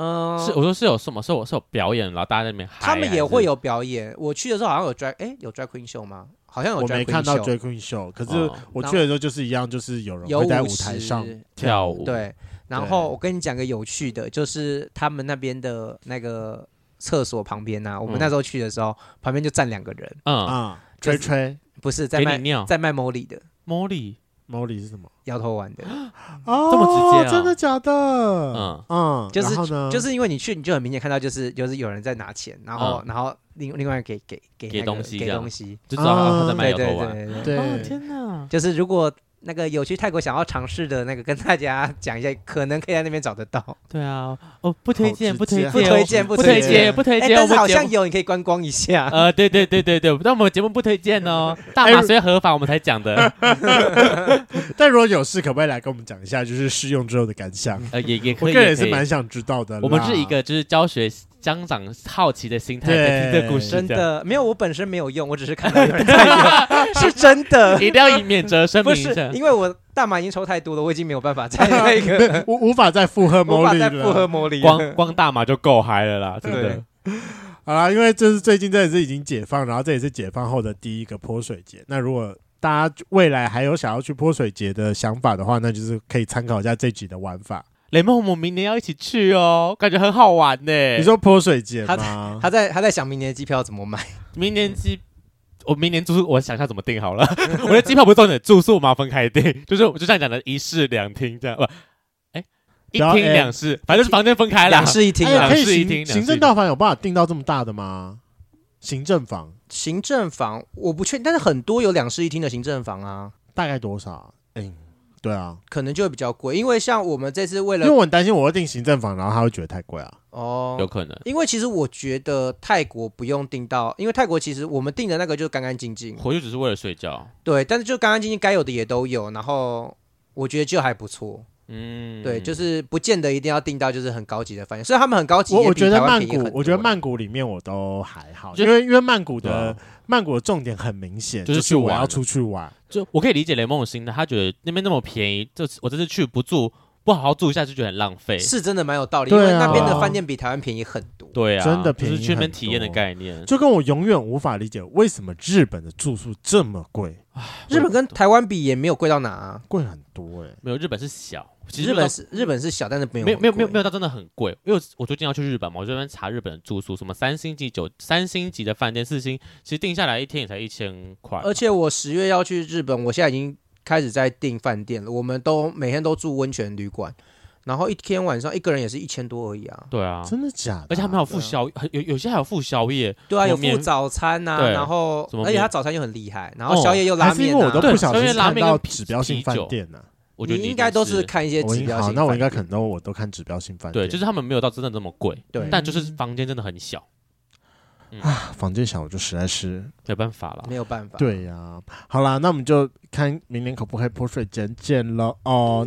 C: 嗯，
A: 是我说是有什么？是有是有表演，然后大家在里面嗨，
C: 他们也会
A: 有
C: 有表演。我去的时候好像有 drag，哎，有 drag queen 秀吗？好像有
B: 我
C: drag
B: 没看到
C: queen
B: drag
C: 秀，
B: queen show，可是
A: 哦
B: 我去的时候就是一样，就是有人
C: 有
B: 会在
C: 舞
B: 舞台
C: 池，
B: 上
A: 跳舞，，
C: 对，然后我跟你讲个有趣的，就是他们那边的那个厕所旁边啊呐、我们
A: 嗯
C: 那时候去的时候，旁边就站两个人，
A: 嗯，
B: 啊，
C: 就
B: 吹
C: 是
B: 吹
C: 不是在
A: 给你哦
C: 卖
A: 尿。
C: 在卖 Molly 的
A: Molly，
B: Molly 是什么？
C: 摇头丸的，
A: 嗯
B: 哦
A: 这么直接啊
B: 真的假的？嗯
A: 嗯，
B: 嗯，
C: 就是
B: 然后呢，
C: 就是因为你去，你就很明显看到，就是就是有人在拿钱，然后、然后另另外给给给
A: 嗯给
C: 那个
A: 东西
C: 给
A: 这样
C: 东西，
A: 就知道他他在卖
C: 对
A: 摇
C: 对
A: 头
C: 对
A: 丸。
C: 对对
B: 哦对
A: 哦天哪！
C: 就是如果那个有去泰国想要尝试的那个，跟大家讲一下，可能可以在那边找得
A: (laughs)
C: 到。
A: 对啊，哦，不推荐，
B: 好
A: 不
B: 直
A: 推
B: 接
A: 荐，不
B: 不
C: 推荐不
A: 推
C: 推
A: 荐，
C: 荐
A: 不推
C: 哎、
A: 荐。
C: 但是
A: 我们
C: 好
A: 节
C: 像
A: 目
C: 有，你可以观光一下。
A: 呃，对对对对对，但我们节目不推荐
B: (laughs)
A: 哦，大麻虽合法，我们才讲的，
B: 但如果有事，可不可以来跟我们讲一下，就是试用之后的感想？
A: 呃，也也可
B: 我
A: 以，
B: 个人
A: 也
B: 也是
A: 可以
B: 蛮想知道的啦。
A: 我们是一个就是教学家长好奇的心态
B: 对
A: 在听这个故事，
C: 真
A: 这样，
C: 的没有，我本身没有用，我只是看到有人
A: (laughs)
C: 在用，是真的，
A: 一定要以免责声
C: 不
A: 明一
C: 是
A: 下。
C: 因为我大麻已经抽太多了，我已经没有办法
A: (laughs)
C: 再那个，
B: 无无法再附和
C: 无法
B: Molly
C: 再附
B: 了。
C: 和魔力了。
A: 光光大麻就够嗨了啦，真的
C: 对。
B: 好啦，因为这是最近这也是已经解放，然后这也是解放后的第一个泼水节。那如果大家未来还有想要去泼水节的想法的话，那就是可以参考一下这集的玩法。
A: 雷梦，我们明年要一起去哦，感觉很好玩呢。
B: 你说泼水节
C: 他
B: 吗？
C: 他在他在想明年的机票怎么买，
A: 明年机，我明年住宿，我想一下怎么订好了。 (laughs) 我的机票不是重点，住宿我们要分开订， (laughs) 就是我就像你讲的一室两厅这样，不，哎，一
B: 不要
A: 厅
B: 哎
A: 两室，反正是房间分开啦
C: 两。室一厅
B: 哎呀，
C: 啊
B: 可。以
A: 两室一厅两
B: 行
A: 室一厅
B: 行政大房有办法订到这么大的吗？行政房
C: 行政房我不确定，但是很多有两室一厅的行政房啊，
B: 大概多少啊？嗯，对啊，
C: 可能就会比较贵，因为像我们这次为
B: 因为
C: 了
B: 我很担心我会订行政房，然后他会觉得太贵啊。
C: 哦，
A: 有可能，
C: 因为其实我觉得泰国不用订到，因为泰国其实我们订的那个就干干净净，
A: 回去只是为了睡觉。
C: 对，但是就干干净净该有的也都有，然后我觉得就还不错，
A: 嗯，
C: 对，就是不见得一定要订到就是很高级的饭店，虽然他们很高级，
B: 我
C: 也
B: 我
C: 比
B: 觉得
C: 台湾
B: 曼
C: 便宜
B: 谷
C: 很，
B: 我觉得
C: 多欸
B: 曼谷里面我都还好，
A: 就
B: 因为因为曼谷
A: 对啊
B: 的曼谷的重点很明显，
A: 就
B: 就是
A: 去
B: 是我
A: 玩
B: 要出去玩。
A: 就我可以理解雷梦的心态，他觉得那边那么便宜，这次我这次去不住，不好好住一下就觉得很浪费。
C: 是真的蛮有道理，因
B: 对啊
C: 为那边的饭店比台湾便宜很多。
A: 对啊，
B: 真
A: 就
B: 的便宜
A: 是去那边
B: 很
A: 体验的
B: 多
A: 概念。
B: 就跟我永远无法理解为什么日本的住宿这么贵，
C: 日本跟台湾比也没有贵到哪、啊，
B: 贵很多哎、
A: 没有日本是小，其实
C: 日本是日本是小，但是没有
A: 没有没有没有没
C: 有
A: 有到真的很贵，因为我最近要去日本嘛，我这边查日本的住宿，什么三星级酒、三星级的饭店、四星，其实定下来一天也才一千块，
C: 而且我十月要去日本，我现在已经开始在订饭店了，我们都每天都住温泉旅馆，然后一天晚上一个人也是一千多而已啊。
A: 对啊，
B: 真的假的啊？
A: 而且他们还有附宵，还有有些还有附宵夜，
C: 对啊，
A: 什么
C: 有
A: 免
C: 附早餐呐、
A: 对
C: 然后
A: 什么
C: 而且
A: 免
C: 他早餐又很厉害，然
A: 哦
C: 后宵夜又拉
B: 还是
C: 面、
B: 因
C: 啊
B: 为我都不小
A: 对
B: 心
A: 所以拉
B: 看
A: 面跟
B: 到
A: 啤
B: 指标性
A: 啤
B: 饭
A: 酒
B: 店呢、
A: 我觉得
C: 你
A: 你
C: 应该都
A: 是
C: 是看一些
B: 我
C: 指
B: 应
C: 标
B: 好，
C: 性。
B: 那我应该可能都我都看指标性饭店，
A: 对，就是他们没有到真的这么贵，
C: 对
A: 但就是房间真的很小，
B: 啊房间小，我就实在是
A: 没办法了。
C: 没有办法。
B: 对呀、好啦，那我们就看明年可不可以泼水节见了哦。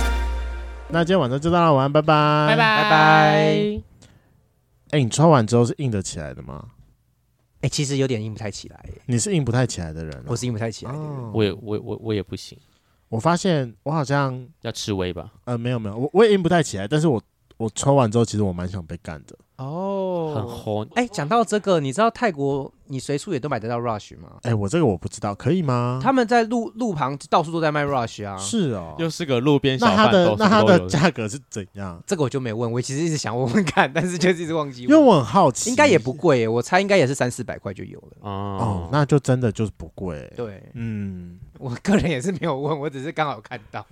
B: 那今天晚上就到这，晚安，拜拜，
A: 拜拜。
C: 拜拜
B: 哎、你穿完之后是硬得起来的吗？
C: 哎、其实有点硬不太起来耶，
B: 你是硬不太起来的人、啊
C: 我是硬不太起来的。
B: 哦，
A: 我也我我我也不行，
B: 我发现我好像
A: 要吃微吧。
B: 呃没有没有，我我也硬不太起来，但是我我抽完之后，其实我蛮想被干的。
A: 很
C: 哦。
A: 红。
C: 哎，讲到这个，你知道泰国你随处也都买得到 Rush 吗？
B: 哎、我这个我不知道，可以吗？
C: 他们在路路旁到处都在卖 Rush 啊。
B: 是哦，
A: 又是个路边小
B: 那它
A: 贩，
B: 的
A: 都
B: 那它
A: 什么
B: 的
A: 都有
B: 价格是怎样？
C: 这个我就没问，我其实一直想问问看， (laughs) 但是就是一直忘记
B: 因为
C: 问。
B: 我很好奇，
C: 应该也不贵耶，我猜应该也是三四百块就有了。
B: 哦
A: 哦，，
B: 那就真的就是不贵。
C: 对
B: 嗯，
C: 我个人也是没有问，我只是刚好看到。